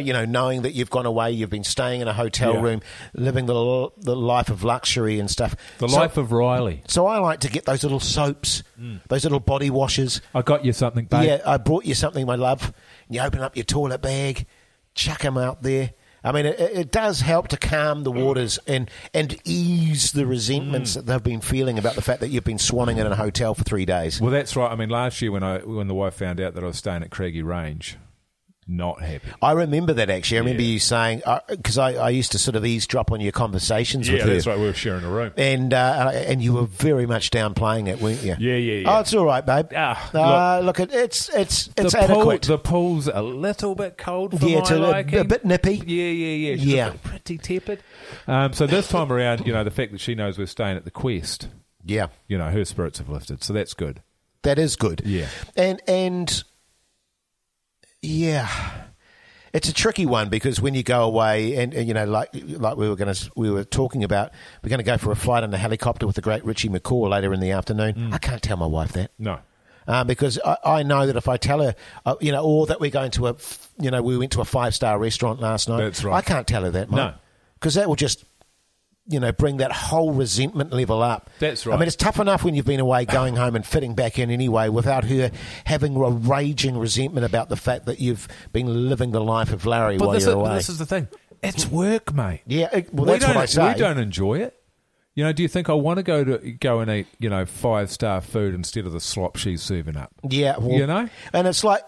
you know, knowing that you've gone away, you've been staying in a hotel Yeah. room, living the, l- the life of luxury and stuff. The So- life of Mm. Riley. So I like to get those little soaps, those little body washes. I got you something, babe. Yeah, I brought you something, my love. You open up your toilet bag, chuck them out there. I mean, it, it does help to calm the Mm. waters and, and ease the resentments that they've been feeling about the fact that you've been swanning in a hotel for three days. Well, that's right. I mean, last year when I when the wife found out that I was staying at Craigie Range, not happy. I remember that actually. I remember you saying, because I, I used to sort of eavesdrop on your conversations with her. right. We were sharing a room. And uh, and you were very much downplaying it, weren't you? Yeah, yeah, yeah. Oh, it's all right, babe. Ah, uh, look, it, it's it's it's the, pool, adequate. the pool's a little bit cold for Yeah, my it's a li- liking. a bit nippy. Yeah, yeah, yeah. She's Yeah. a bit pretty tepid. Um, so this time around, you know, the fact that she knows we're staying at the Quest, yeah. you know, her spirits have lifted. So that's good. That is good. Yeah. And and yeah. It's a tricky one because when you go away, and, and, you know, like like we were going to we were talking about, we're going to go for a flight in a helicopter with the great Richie McCaw later in the afternoon. I can't tell my wife that No. um, because I, I know that if I tell her, uh, you know, or that we're going to a, f- you know, we went to a five star restaurant last night. That's right. I can't tell her that, Mike, No. because that will just, you know, bring that whole resentment level up. That's I right. mean, it's tough enough when you've been away, going home and fitting back in anyway, without her having a raging resentment about the fact that you've been living the life of Larry But while this, you're is, away. this is the thing. It's work, mate. yeah, it- well, that's what don't- I say. We don't enjoy it. You know, do you think I want to go to go and eat, you know, five star food instead of the slop she's serving up? Yeah, well, You know? and it's like,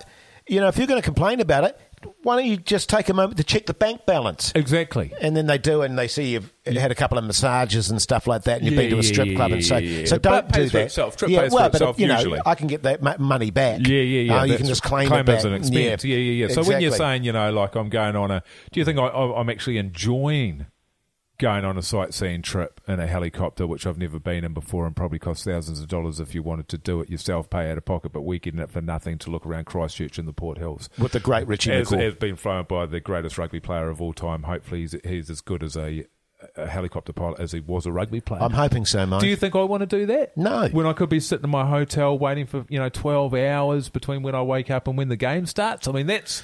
you know, if you're going to complain about it, why don't you just take a moment to check the bank balance? Exactly. And then they do, and they see you've had a couple of massages and stuff like that, and you've Yeah, been to a yeah, strip yeah, club, and so yeah, yeah, yeah. so But don't it pays do for that. itself. Trip yeah, pays for well, but uh, itself you know, usually. I can get that ma- money back. Yeah, yeah, yeah. Oh, you That's- can just claim, claim it back. as an expense. Yeah, yeah, yeah. So when you're exactly. saying, you know, like I'm going on a, do you think I, I- I'm actually enjoying going on a sightseeing trip in a helicopter, which I've never been in before, and probably costs thousands of dollars if you wanted to do it yourself, pay out of pocket, but we're getting it for nothing to look around Christchurch and the Port Hills. with the great Richie As, McCaw, has been flown by the greatest rugby player of all time. Hopefully, he's, he's as good as a, a helicopter pilot as he was a rugby player. I'm hoping so, mate. Do you think I want to do that? No. When I could be sitting in my hotel waiting for you know twelve hours between when I wake up and when the game starts. I mean that's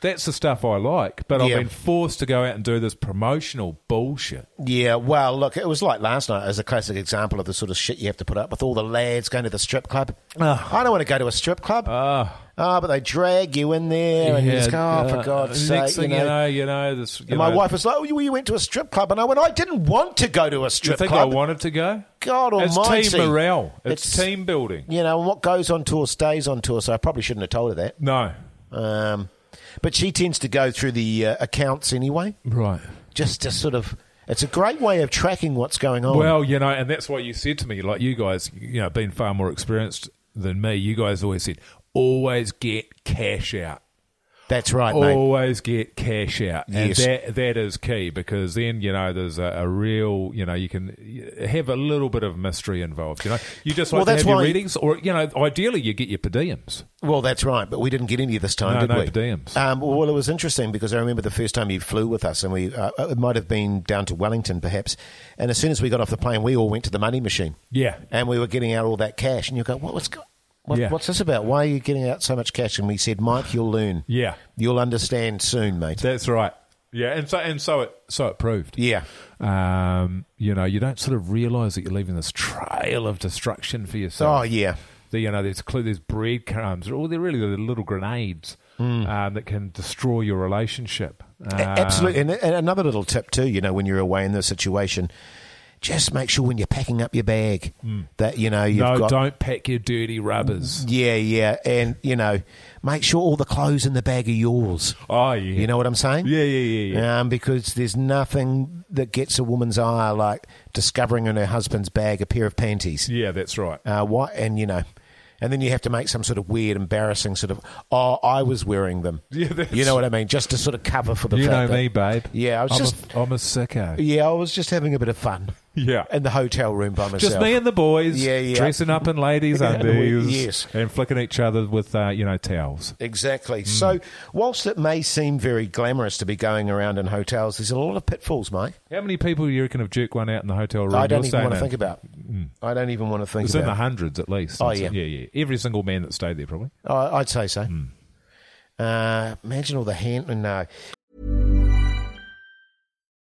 that's the stuff I like. But Yeah. I've been forced to go out and do this promotional bullshit. Yeah, well, look, it was like last night as a classic example of the sort of shit you have to put up with all the lads going to the strip club. I don't want to go to a strip club. Oh. but they drag you in there and you just go, oh, for Ah. uh, God's next sake. thing you know. you know, this. you and my know, wife was like, oh, you you went to a strip club. And I went, I didn't want to go to a You strip think I club. wanted to go? God It's almighty. team morale. It's, It's- team building. You know, and what goes on tour stays on tour, so I probably shouldn't have told her No. that. Um, but she tends to go through the uh, accounts anyway, Right. just to sort of. It's a great way of tracking what's going on. Well, you know, and that's what you said to me. Like you guys, you know, being far more experienced than me, you guys always said, always get cash out. That's right, mate. always get cash out Yes. and that that is key because then you know there's a, a real you know you can y- have a little bit of mystery involved you know you just Well, like to that's have your why- readings or you know ideally you get your per diems Well, that's right, but we didn't get any this time, No, did no we? diems. Um, well, it was interesting because I remember the first time you flew with us, and we uh, it might have been down to Wellington, perhaps. And as soon as we got off the plane, we all went to the money machine. Yeah. and we were getting out all that cash, and you go, "What was?" Go- what, Yeah. What's this about? Why are you getting out so much cash? And we said, Mike, you'll learn. Yeah. You'll understand soon, mate. that's right yeah and so and so it so it proved yeah. um you know you don't sort of realize that you're leaving this trail of destruction for yourself Oh, yeah. the, you know, there's clue, there's breadcrumbs, or they're really the little grenades um, that can destroy your relationship. Hmm. A- Uh, Absolutely. And, and another little tip, too, you know, when you're away in this situation, just make sure when you're packing up your bag that, you know, you've Hmm. no, got. don't pack your dirty rubbers. Yeah, yeah, and you know, make sure all the clothes in the bag are yours. Oh, yeah. You know what I'm saying? Yeah, yeah, yeah, yeah. Um, because there's nothing that gets a woman's eye like discovering in her husband's bag a pair of panties. Yeah, that's right. Uh, why? And you know, and then you have to make some sort of weird, embarrassing sort of, oh, I was wearing them. Yeah, that's- you know what I mean? Just to sort of cover for the You know fact that- me, babe. Yeah, I was I'm just- A, I'm a sicko. Yeah, I was just having a bit of fun. Yeah. In the hotel room by myself. Just me and the boys Yeah, yeah. dressing up *laughs* in ladies' Yeah, undies yes. and flicking each other with, uh, you know, towels. Exactly. Hmm. So, whilst it may seem very glamorous to be going around in hotels, there's a lot of pitfalls, Mike. How many people do you reckon have jerked one out in the hotel room? I don't You're even saying want to that. Hmm. think about. I don't even want to think It's in the about hundreds at least. Oh, It's- yeah. yeah, yeah. Every single man that stayed there probably. it. I I'd say so. Hmm. Uh, imagine all the hand. No.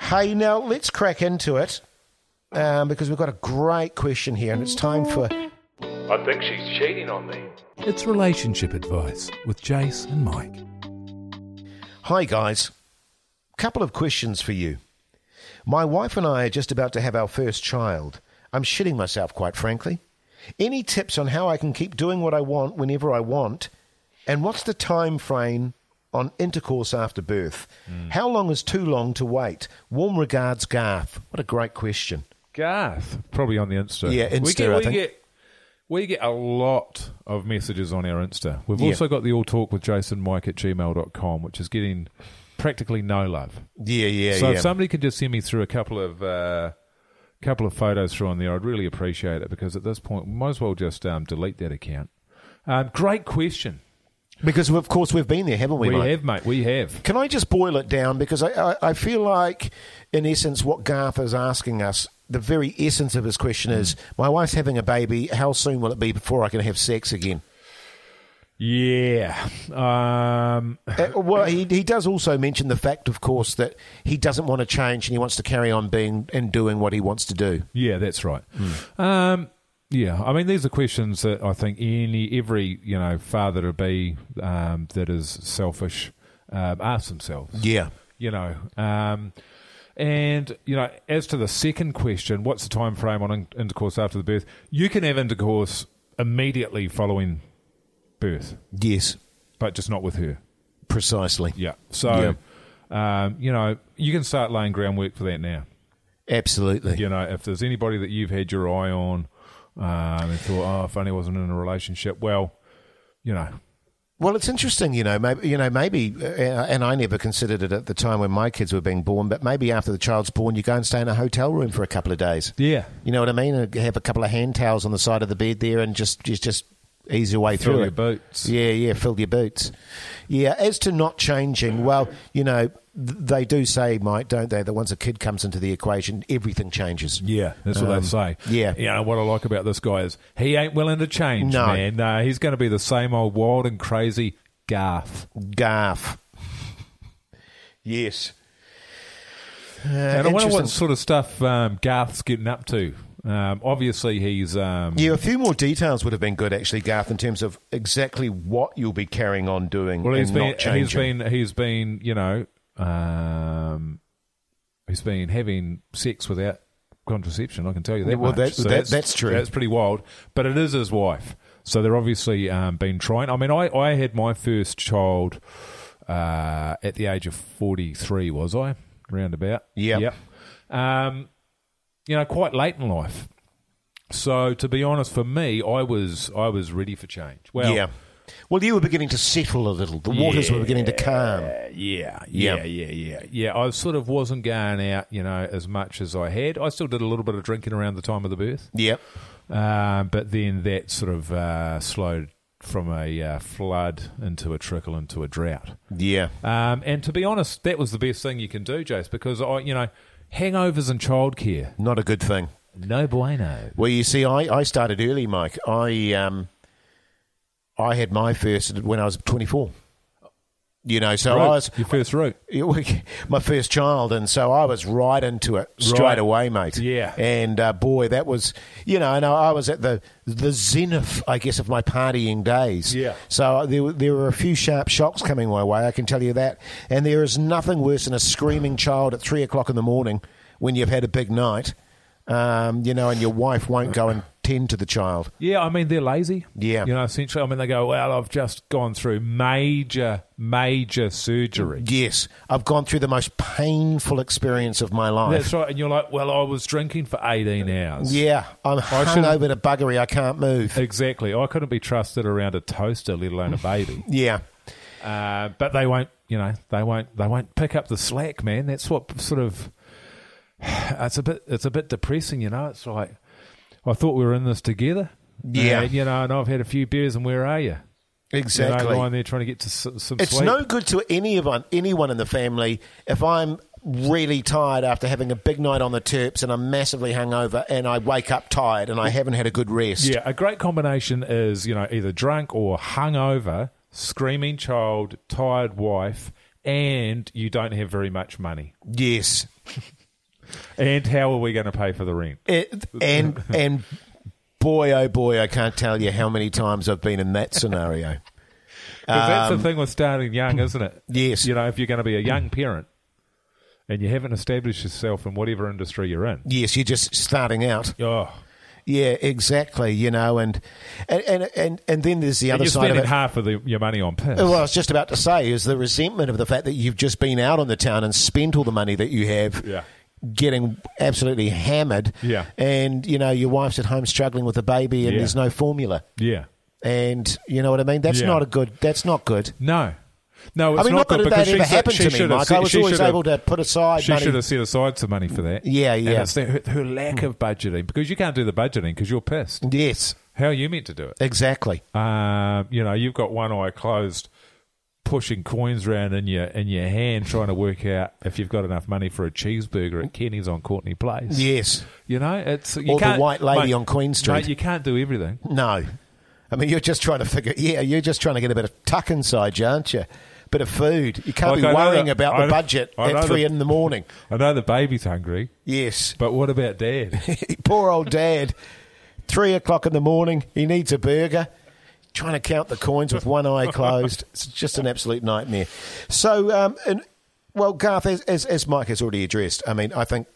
Hey, now let's crack into it um, because we've got a great question here, and it's time for. I think she's cheating on me. It's relationship advice with Jace and Mike. Hi, guys. Couple of questions for you. My wife and I are just about to have our first child. I'm shitting myself, quite frankly. Any tips on how I can keep doing what I want whenever I want? And what's the time frame on intercourse after birth? How long is too long to wait? Warm regards, Garth. What a great question. Garth, probably on the Insta. Yeah, Insta, We get, I we think. get we get a lot of messages on our Insta. We've Yeah. also got the All Talk with Jason Mike at gmail.com, which is getting practically no love. Yeah, yeah, so if somebody could just send me through a couple of uh, couple of photos through on there, I'd really appreciate it because at this point, we might as well just um, delete that account. Um, great question. because, of course, we've been there, haven't we? We, Mike? have, mate. We have. Can I just boil it down? Because I, I, I feel like, in essence, what Garth is asking us, the very essence of his question is My wife's having a baby. How soon will it be before I can have sex again? Yeah. Um, Uh, well, he, he does also mention the fact, of course, that he doesn't want to change and he wants to carry on being and doing what he wants to do. Yeah, that's right. Um, yeah, I mean, these are questions that I think any every you know father to be um, that is selfish um, asks themselves. Yeah. You know, um, and you know, as to the second question, what's the time frame on in- intercourse after the birth? You can have intercourse immediately following birth, Yes, but just not with her. precisely. Yeah. So, Um, you know, you can start laying groundwork for that now Absolutely. you know, if there's anybody that you've had your eye on um, and thought, oh, if only I wasn't in a relationship, well, you know, Well, it's interesting, you know. Maybe, you know, maybe, uh, and I never considered it at the time when my kids were being born. But maybe after the child's born, you go and stay in a hotel room for a couple of days. yeah, You know what I mean? And have a couple of hand towels on the side of the bed there, and just just just ease your way fill through your it. boots. Yeah, yeah, fill your boots. Yeah. As to not changing, well, you know, th- they do say, Mike, don't they, that once a kid comes into the equation, everything changes. Yeah, that's what Um, they say. yeah. you know what I like about this guy is he ain't willing to change, No. man. No, he's going to be the same old wild and crazy Garth. Gaff. yes. Uh, And I wonder interesting. what sort of stuff um, Garth's getting up to. Um, obviously, he's um, Yeah, a few more details would have been good, actually, Garth, in terms of exactly what you'll be carrying on doing Well, and he's been not he's changing. been he's been you know um, he's been having sex without contraception. I can tell you that. Well, much. that- that- that's true. That's pretty wild. But it is his wife, so they're obviously um, been trying. I mean, I I had my first child uh, at the age of forty three. Was I roundabout? Yep. Yep. Um, you know, quite late in life. So to be honest, for me, I was I was ready for change. Well, yeah. Well, you were beginning to settle a little. The waters were beginning to calm. yeah, yeah, yeah, yeah, yeah. I sort of wasn't going out, you know, as much as I had. I still did a little bit of drinking around the time of the birth, Yep. um, but then that sort of uh, slowed from a uh, flood into a trickle into a drought. Yeah. Um, and to be honest, that was the best thing you can do, Jace, because I, you know, hangovers and childcare, Not a good thing. no bueno. Well, you see, I, I started early, Mike. I um, I had my first when I was 24. You know, so I Root, was your first route. it was *laughs* my first child, and so I was right into it straight Right. away, mate. Yeah. and uh, boy, that was you know, and I I was at the the zenith, I guess, of my partying days. Yeah. So there were- there were a few sharp shocks coming my way. I can tell you that. And there is nothing worse than a screaming child at three o'clock in the morning when you've had a big night, um, you know, and your wife won't go and tend to the child. Yeah, I mean they're lazy. Yeah. you know, essentially, I mean they go, "Well, I've just gone through major, major surgery." Yes, I've gone through the most painful experience of my life. That's right, and you're like, "Well, I was drinking for 18 hours." yeah, I'm I should've- hungover to buggery. I can't move. exactly. I couldn't be trusted around a toaster, let alone *laughs* a baby. Yeah. uh, but they won't, you know, they won't, they won't pick up the slack, man. That's what sort of *sighs* it's a bit, it's a bit depressing, you know. It's like I thought we were in this together. Yeah. And, you know, and I've had a few beers, and where are you? You know, Exactly. lying there trying to get to s- some it's sleep. no good to anyone, anyone in the family if I'm really tired after having a big night on the terps and I'm massively hungover and I wake up tired and I haven't had a good rest. Yeah, a great combination is you know either drunk or hungover, screaming child, tired wife, and you don't have very much money. Yes. And how are we going to pay for the rent? It, and and boy oh boy, I can't tell you how many times I've been in that scenario. 'Cause that's the thing with starting *clears throat* young, isn't it? Um, Yes. You know, if you're going to be a young parent and you haven't established yourself in whatever industry you're in, Yes, you're just starting out. oh, Yeah, exactly. You know, and and and and, and then there's the other you're side of spending it. half of the, your money on piss. Well, I was just about to say is the resentment of the fact that you've just been out on the town and spent all the money that you have. Yeah. Getting absolutely hammered, Yeah. and you know your wife's at home struggling with the baby, and Yeah. there's no formula, yeah. and you know what I mean. That's Yeah. not a good. That's not good. No. No, it's I mean, not, good that because that she ever said- happened she to me, should have Mike. said- I was she always should have- able to put aside She money. should have set aside some money for that. Yeah, And yeah. it's the, her, her lack of budgeting because you can't do the budgeting because you're pissed. Yes, How are you meant to do it? exactly. Um, you know, you've got one eye closed, pushing coins around in your in your hand, trying to work out if you've got enough money for a cheeseburger at Kenny's on Courtney Place. Yes. You know, it's you Or the can't- white lady mate- on Queen Street. mate, you can't do everything. No. I mean, you're just trying to figure. Yeah, you're just trying to get a bit of tuck inside you, aren't you? Bit of food. You can't Like, be I know worrying that- about I the know- budget I know at three that- in the morning. I know the baby's hungry, Yes. *laughs* but what about dad? Poor old dad. Three o'clock in the morning. He needs a burger. Trying to count the coins with one eye *laughs* closed. It's just an absolute nightmare. So, um, and well, Garth, as, as as Mike has already addressed, I mean, I think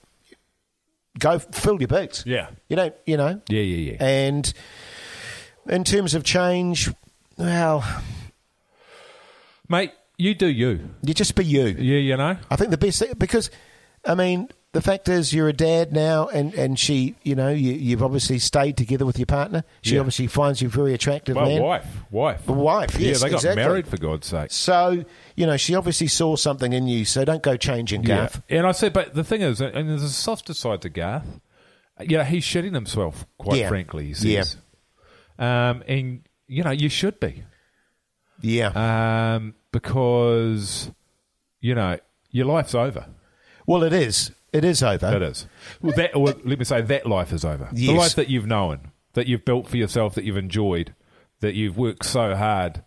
go fill your boots. Yeah. You don't. You know. yeah, yeah, yeah. And in terms of change, well, Mate, you do you. you just be you. Yeah, you know. I think the best thing because, I mean, the fact is you're a dad now, and and she, you know, you, you've obviously stayed together with your partner. She Yeah. obviously finds you very attractive, Well, man. wife, wife, Wife, yes, yeah, they got exactly. married for God's sake. So you know, she obviously saw something in you. So don't go changing, Garth. Yeah. And I said, but the thing is, and there's a softer side to Garth. You know, he's shitting himself, quite Yeah. frankly, he says. Um, and, you know, you should be. Yeah. Um, because, you know, your life's over. well, it is. It is over. It is. Well, *laughs* that, or let me say, that life is over. The Yes. life that you've known, that you've built for yourself, that you've enjoyed, that you've worked so hard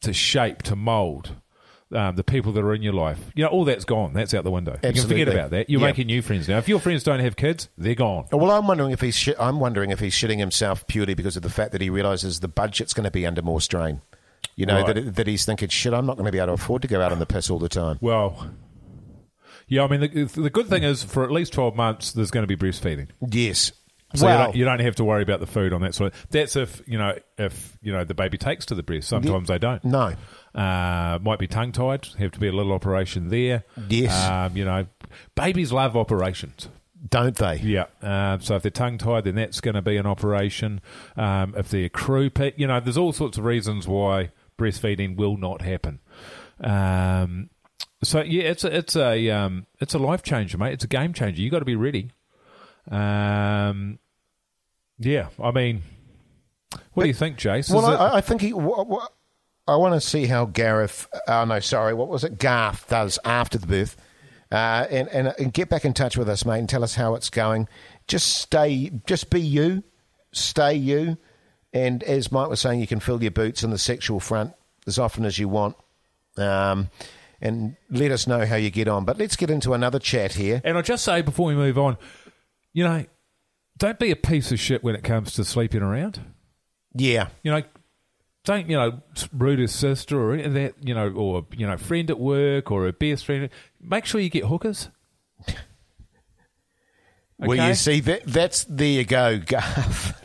to shape, to mold. Um, the people that are in your life, you know, all that's gone. That's out the window. You can Absolutely. forget about that. You're Yeah. making new friends now. If your friends don't have kids, they're gone. Well, I'm wondering if he's shi- I'm wondering if he's shitting himself purely because of the fact that he realizes the budget's going to be under more strain. You know Right. that that he's thinking, shit, I'm not going to be able to afford to go out on the piss all the time. Well, yeah, I mean, the, the good thing is for at least 12 months, there's going to be breastfeeding. Yes. So you, well, don't, you don't have to worry about the food on that sort of. That's if you know if you know the baby takes to the breast. Sometimes they don't. no. uh, might be tongue tied. Have to be a little operation there. Yes. um, you know, babies love operations. Don't they? Yeah. Um, so if they're tongue tied, then that's going to be an operation. Um, if they're crew pet, you know, there's all sorts of reasons why breastfeeding will not happen. Um, so yeah, it's a, it's a um, it's a life changer, mate. It's a game changer. You got to be ready. Um, yeah. I mean, what do you think, Jace? Well, Is it- I, I think he. wha- wha- I want to see how Gareth. Oh no, sorry. What was it? Garth does after the birth, uh, and, and and get back in touch with us, mate, and tell us how it's going. Just stay. Just be you. Stay you. And as Mike was saying, you can fill your boots on the sexual front as often as you want. Um, and let us know how you get on. But let's get into another chat here. And I'll just say before we move on, you know, don't be a piece of shit when it comes to sleeping around. Yeah. You know, don't, you know, rude his sister or any of that, you know, or, you know, friend at work or a best friend. Make sure you get hookers. Well, Okay. you see, that, that's there you go, Garth.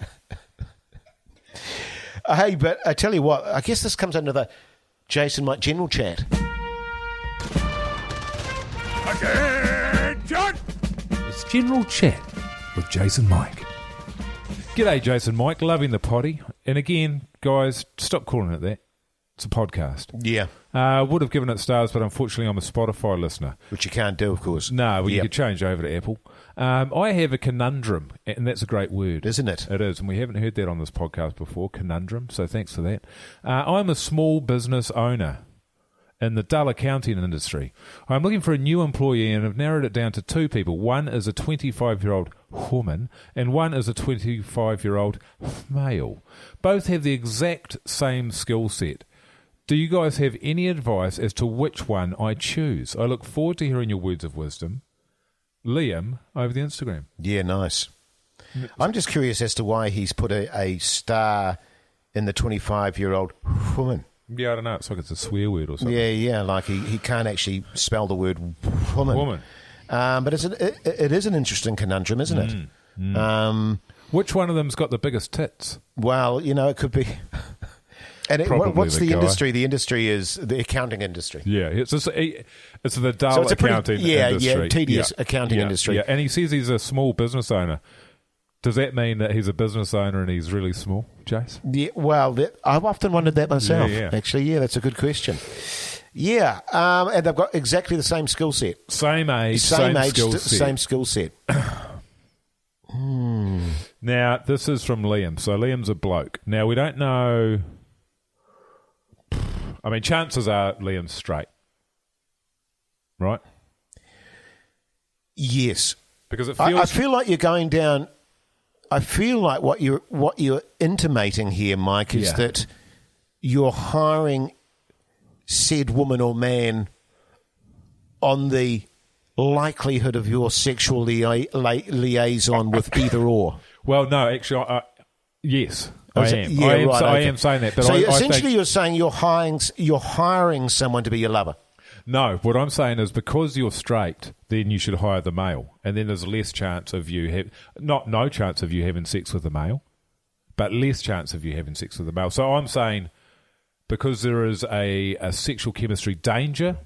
*laughs* hey, but I tell you what, I guess this comes under the Jason Mike general chat. It's General Chat with Jason Mike. G'day, Jason Mike. Loving the potty. And again, guys, stop calling it that. It's a podcast. Yeah. Uh, would have given it stars, but unfortunately, I'm a Spotify listener. Which you can't do, of course. No, well, you Yep. could change over to Apple. Um, I have a conundrum, and that's a great word, Isn't it? It is, and we haven't heard that on this podcast before. Conundrum. So thanks for that. Uh, I'm a small business owner in the dull accounting industry. I'm looking for a new employee, and have narrowed it down to two people. One is a 25 year old woman, and one is a 25 year old male. Both have the exact same skill set. Do you guys have any advice as to which one I choose? I look forward to hearing your words of wisdom. Liam over the Instagram. Yeah, nice. I'm just curious as to why he's put a, a star in the 25 year old woman. Yeah, I don't know. It's like it's a swear word or something. Yeah, yeah, like he, he can't actually spell the word woman. Woman. Um, but it's an, it, it is an interesting conundrum, isn't it? Um, Which one of them's got the biggest tits? well, you know, it could be. *laughs* And it, Probably what, what's the the guy. industry? The industry is the accounting industry. Yeah, it's just, it- it's the dull So it's a pretty- accounting yeah, yeah, industry. tedious accounting industry. Yeah, and he says he's a small business owner. Does that mean that he's a business owner and he's really small, Jace? Yeah, well, that, I've often wondered that myself. Yeah, yeah. Actually, yeah, that's a good question. Yeah, um, and they've got exactly the same skill set, Same age, same, same, age, skill st- set. same skill *laughs* set. Now, this is from Liam. So Liam's a bloke. Now, we don't know. I mean, chances are Liam's straight. Right? Yes, Because it I, I feels. feel like you're going down. I feel like what you're what you're intimating here, Mike, is Yeah. that you're hiring said woman or man on the likelihood of your sexual lia- li- liaison *laughs* with either or. well, no, actually, I, I, yes, Oh, I so- am. yeah, I, am right, so- I okay. am saying that. But so I, I essentially, think, you're saying you're hiring you're hiring someone to be your lover. No, what I'm saying is because you're straight, then you should hire the male, and then there's less chance of you have not no chance of you having sex with the male, but less chance of you having sex with the male. So I'm saying because there is a, a sexual chemistry danger.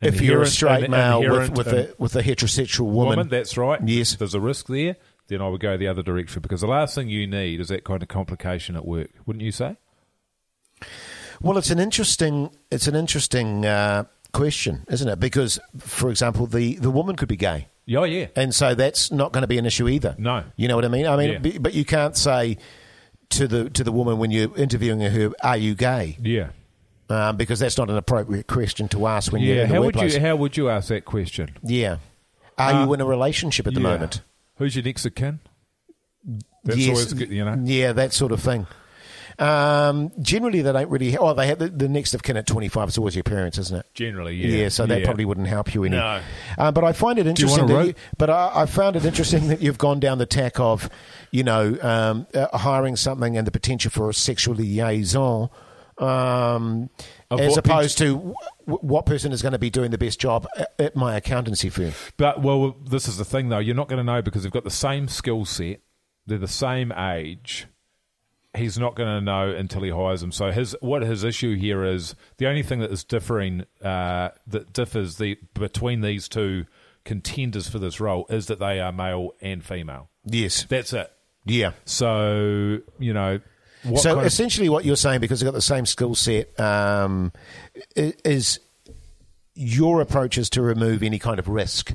If you're a inherent- straight in- male with, inherent with in- a with a heterosexual woman, woman, that's right. Yes. There's a risk there, then I would go the other direction because the last thing you need is that kind of complication at work, wouldn't you say? Well, it's an interesting it's an interesting uh, question, isn't it? Because, for example, the the woman could be gay, Yeah, oh, yeah. and so that's not going to be an issue either. No. you know what I mean. I mean, Yeah. b- but you can't say to the to the woman when you're interviewing her, "Are you gay?" Yeah. Um, because that's not an appropriate question to ask when you're Yeah. in the How would workplace. you how would you ask that question? yeah, are you in a relationship at the Yeah. moment? Who's your next of kin? That's Yes. always good, you know. Yeah, that sort of thing. Um, generally, they don't really. Oh, they have the, the next of kin at twenty five. It's always your parents, isn't it? Generally, Yeah, yeah. so that Yeah. probably wouldn't help you any. No. Uh, but I find it you want interesting. a that rope? you, but I, I found it interesting that you've gone down the tack of, you know, um, uh, hiring something and the potential for a sexual liaison, um, Of as what opposed to w- what person is going to be doing the best job at, at my accountancy firm. But well, this is the thing though. You're not going to know because they've got the same skill set. They're the same age. He's not going to know until he hires them. So his what his issue here is the only thing that is differing uh, that differs the between these two contenders for this role is that they are male and female. Yes. That's it. Yeah. So you know. What so kind of- essentially, what you're saying, because they've got the same skill set, um, i- is your approach is to remove any kind of risk.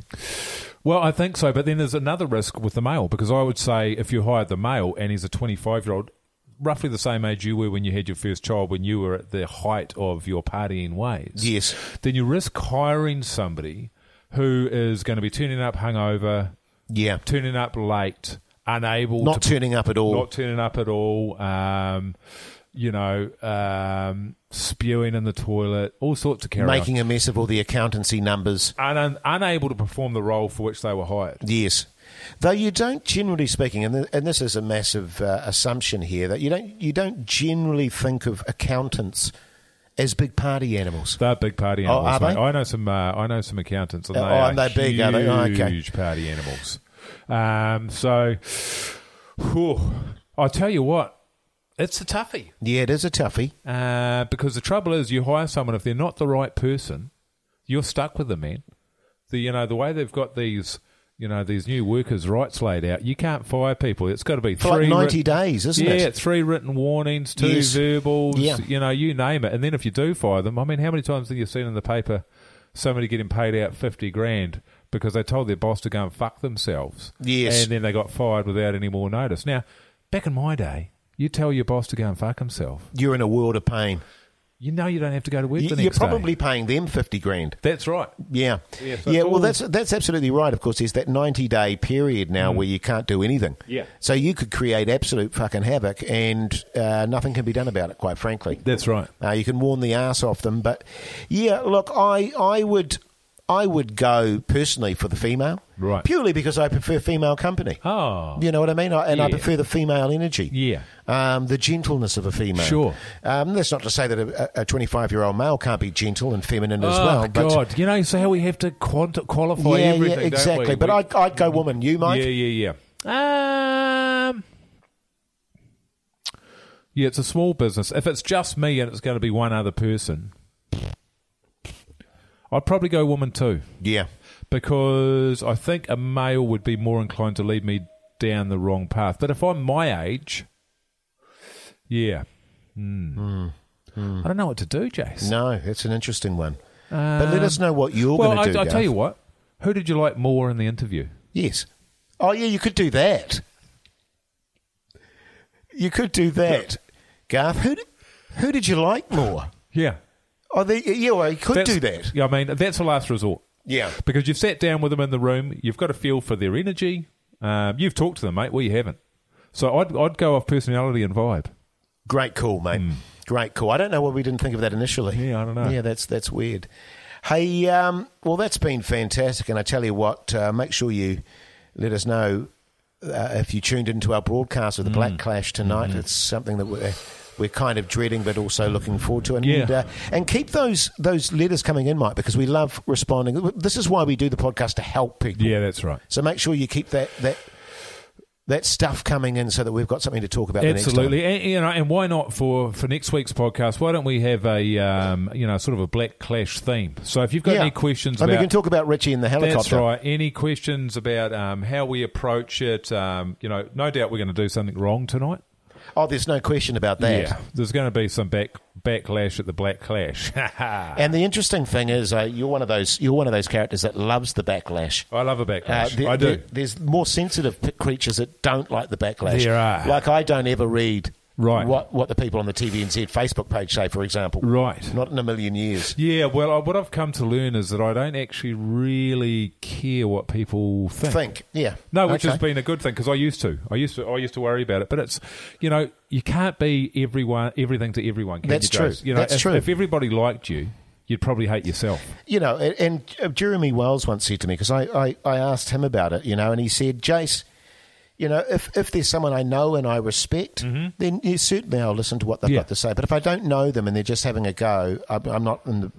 Well, I think so, but then there's another risk with the male because I would say if you hired the male and he's a 25 year old, roughly the same age you were when you had your first child, when you were at the height of your partying ways, Yes. then you risk hiring somebody who is going to be turning up hungover, Yeah. turning up late, unable Not to turning up at all. not turning up at all. Um, you know, um, spewing in the toilet, all sorts of carry on. making a mess of all the accountancy numbers. Un- un- unable to perform the role for which they were hired. Yes. Though you don't, generally speaking, and, th- and this is a massive uh, assumption here, that you don't, you don't generally think of accountants as big party animals. They're big party animals. Oh, are they? mate. I know some. Uh, I know some accountants, and Uh, they oh, are and they're big, are they? Oh, okay. huge party animals. Um, so, whew, I tell you what, it's a toughie. Yeah, it is a toughie. Uh, because the trouble is, you hire someone if they're not the right person, you're stuck with them, man. The you know the way they've got these you know these new workers' rights laid out, you can't fire people. It's got to be For three like 90 writ- days, isn't yeah, it? three written warnings, two Yes. verbals, Yeah. you know, you name it. And then if you do fire them, I mean, how many times have you seen in the paper somebody getting paid out fifty grand because they told their boss to go and fuck themselves? Yes. and then they got fired without any more notice. Now, back in my day, you tell your boss to go and fuck himself You're in a world of pain. you know you don't have to go to work You- the You're next day. probably paying them 50 grand. That's right. Yeah. Yeah, so yeah, it's well, all- that's that's absolutely right. Of course, there's that 90 day period now where you can't do anything. Mm. Yeah. So you could create absolute fucking havoc and uh, nothing can be done about it, quite frankly. That's right. Uh, you can warn the ass off them. But yeah, look, I, I would. I would go personally for the female, Right. Purely because I prefer female company. Oh. you know what I mean, I, and I Yeah. prefer the female energy. Yeah. um, the gentleness of a female. Sure. Um, that's not to say that a- a twenty-five-year-old male can't be gentle and feminine as oh, well. but- God. you know, so how we have to quanti- qualify everything, yeah, exactly. Don't we? But We- I'd, I'd go woman. You, Mike? Yeah, yeah, yeah. Um... Yeah, it's a small business. If it's just me and it's going to be one other person, I'd probably go woman too. Yeah. because I think a male would be more inclined to lead me down the wrong path. But if I'm my age, yeah. Hmm. I don't know what to do, Jace. No, it's an interesting one. but let us know what you're Um, well, going I, to do. I Gav. tell you what. Who did you like more in the interview? Yes. Oh, yeah, you could do that. You could do that. Garth, who, d- who did you like more? Yeah, Oh, the, yeah, well, you could do that. Yeah, I mean that's a last resort Yeah. because you've sat down with them in the room. You've got a feel for their energy. Um, you've talked to them, mate. We haven't. So I'd I'd go off personality and vibe. Great call, mate. Great call. I don't know why we didn't think of that initially. Hmm. Yeah, I don't know. Yeah, that's that's weird. Hey, um, well, that's been fantastic, and I tell you what, uh, make sure you let us know uh, if you tuned into our broadcast of the Hmm. Black Clash tonight. It's something that we're we're kind of dreading, but also looking forward to. And Yeah. uh, and keep those those letters coming in, Mike, because we love responding. This is why we do the podcast to help people. Yeah, that's right. So make sure you keep that that. That stuff coming in so that we've got something to talk about. the next time. Absolutely, and, you know, and why not for for next week's podcast? Why don't we have a um, you know sort of a black clash theme? So if you've got any questions And about we can talk about Richie and the helicopter. that's right, any questions about um, how we approach it? Um, you know, no doubt we're going to do something wrong tonight. Oh, there's no question about that. Yeah, there's going to be some back backlash at the black clash. *laughs* I And the interesting thing is, uh, you're one of those you're one of those characters that loves the backlash. Uh, love a backlash. there- I do. there- there's more sensitive p- creatures that don't like the backlash. There are. Like I don't ever read Right. what what the people on the TVNZ Facebook page say, for example. Right. Not in a million years. yeah, well, I, what I've come to learn is that I don't actually really care what people Think. Yeah. No, which has Okay. been a good thing because I used to. I used to. I used to worry about it. But it's, you know, you can't be everyone, everything to everyone. Can That's you, true. Jace? You know, That's if, true. If everybody liked you, you'd probably hate yourself. you know, and, and uh, Jeremy Wells once said to me because I, I, I asked him about it, you know, and he said, Jace, you know, if, if there's someone I know and I respect, then yeah, certainly I'll listen to what they've Mm-hmm. Yeah. got to say. But if I don't know them and they're just having a go, I'm, I'm not in the.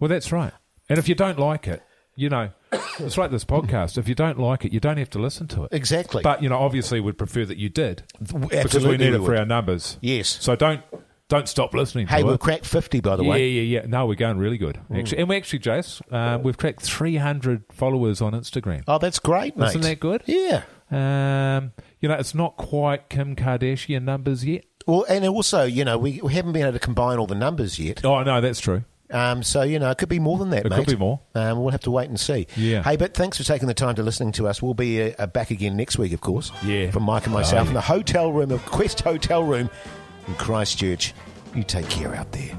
Well, that's right. And if you don't like it, you know, it's like this podcast. If you don't like it, you don't have to listen to it. Exactly. But you know, obviously, we'd prefer that you did because we absolutely need we it for would. our numbers. Yes. So don't don't stop listening. hey, to we'll it. crack 50, by the way. Yeah, yeah, yeah. No, we're going really good actually, and we actually, Jace, uh, we've cracked three hundred followers on Instagram. Oh, that's great, mate. Isn't that good? Yeah. Um, you know, it's not quite Kim Kardashian numbers yet. Well, and also, you know, we, we haven't been able to combine all the numbers yet. Oh no, that's true. Um, so you know, it could be more than that. It mate. could be more. Um, we'll have to wait and see. Yeah. Hey, but thanks for taking the time to listening to us. We'll be uh, uh, back again next week, of course. Yeah. From Mike and myself in the hotel room of Quest Hotel Room in Christchurch. You take care out there.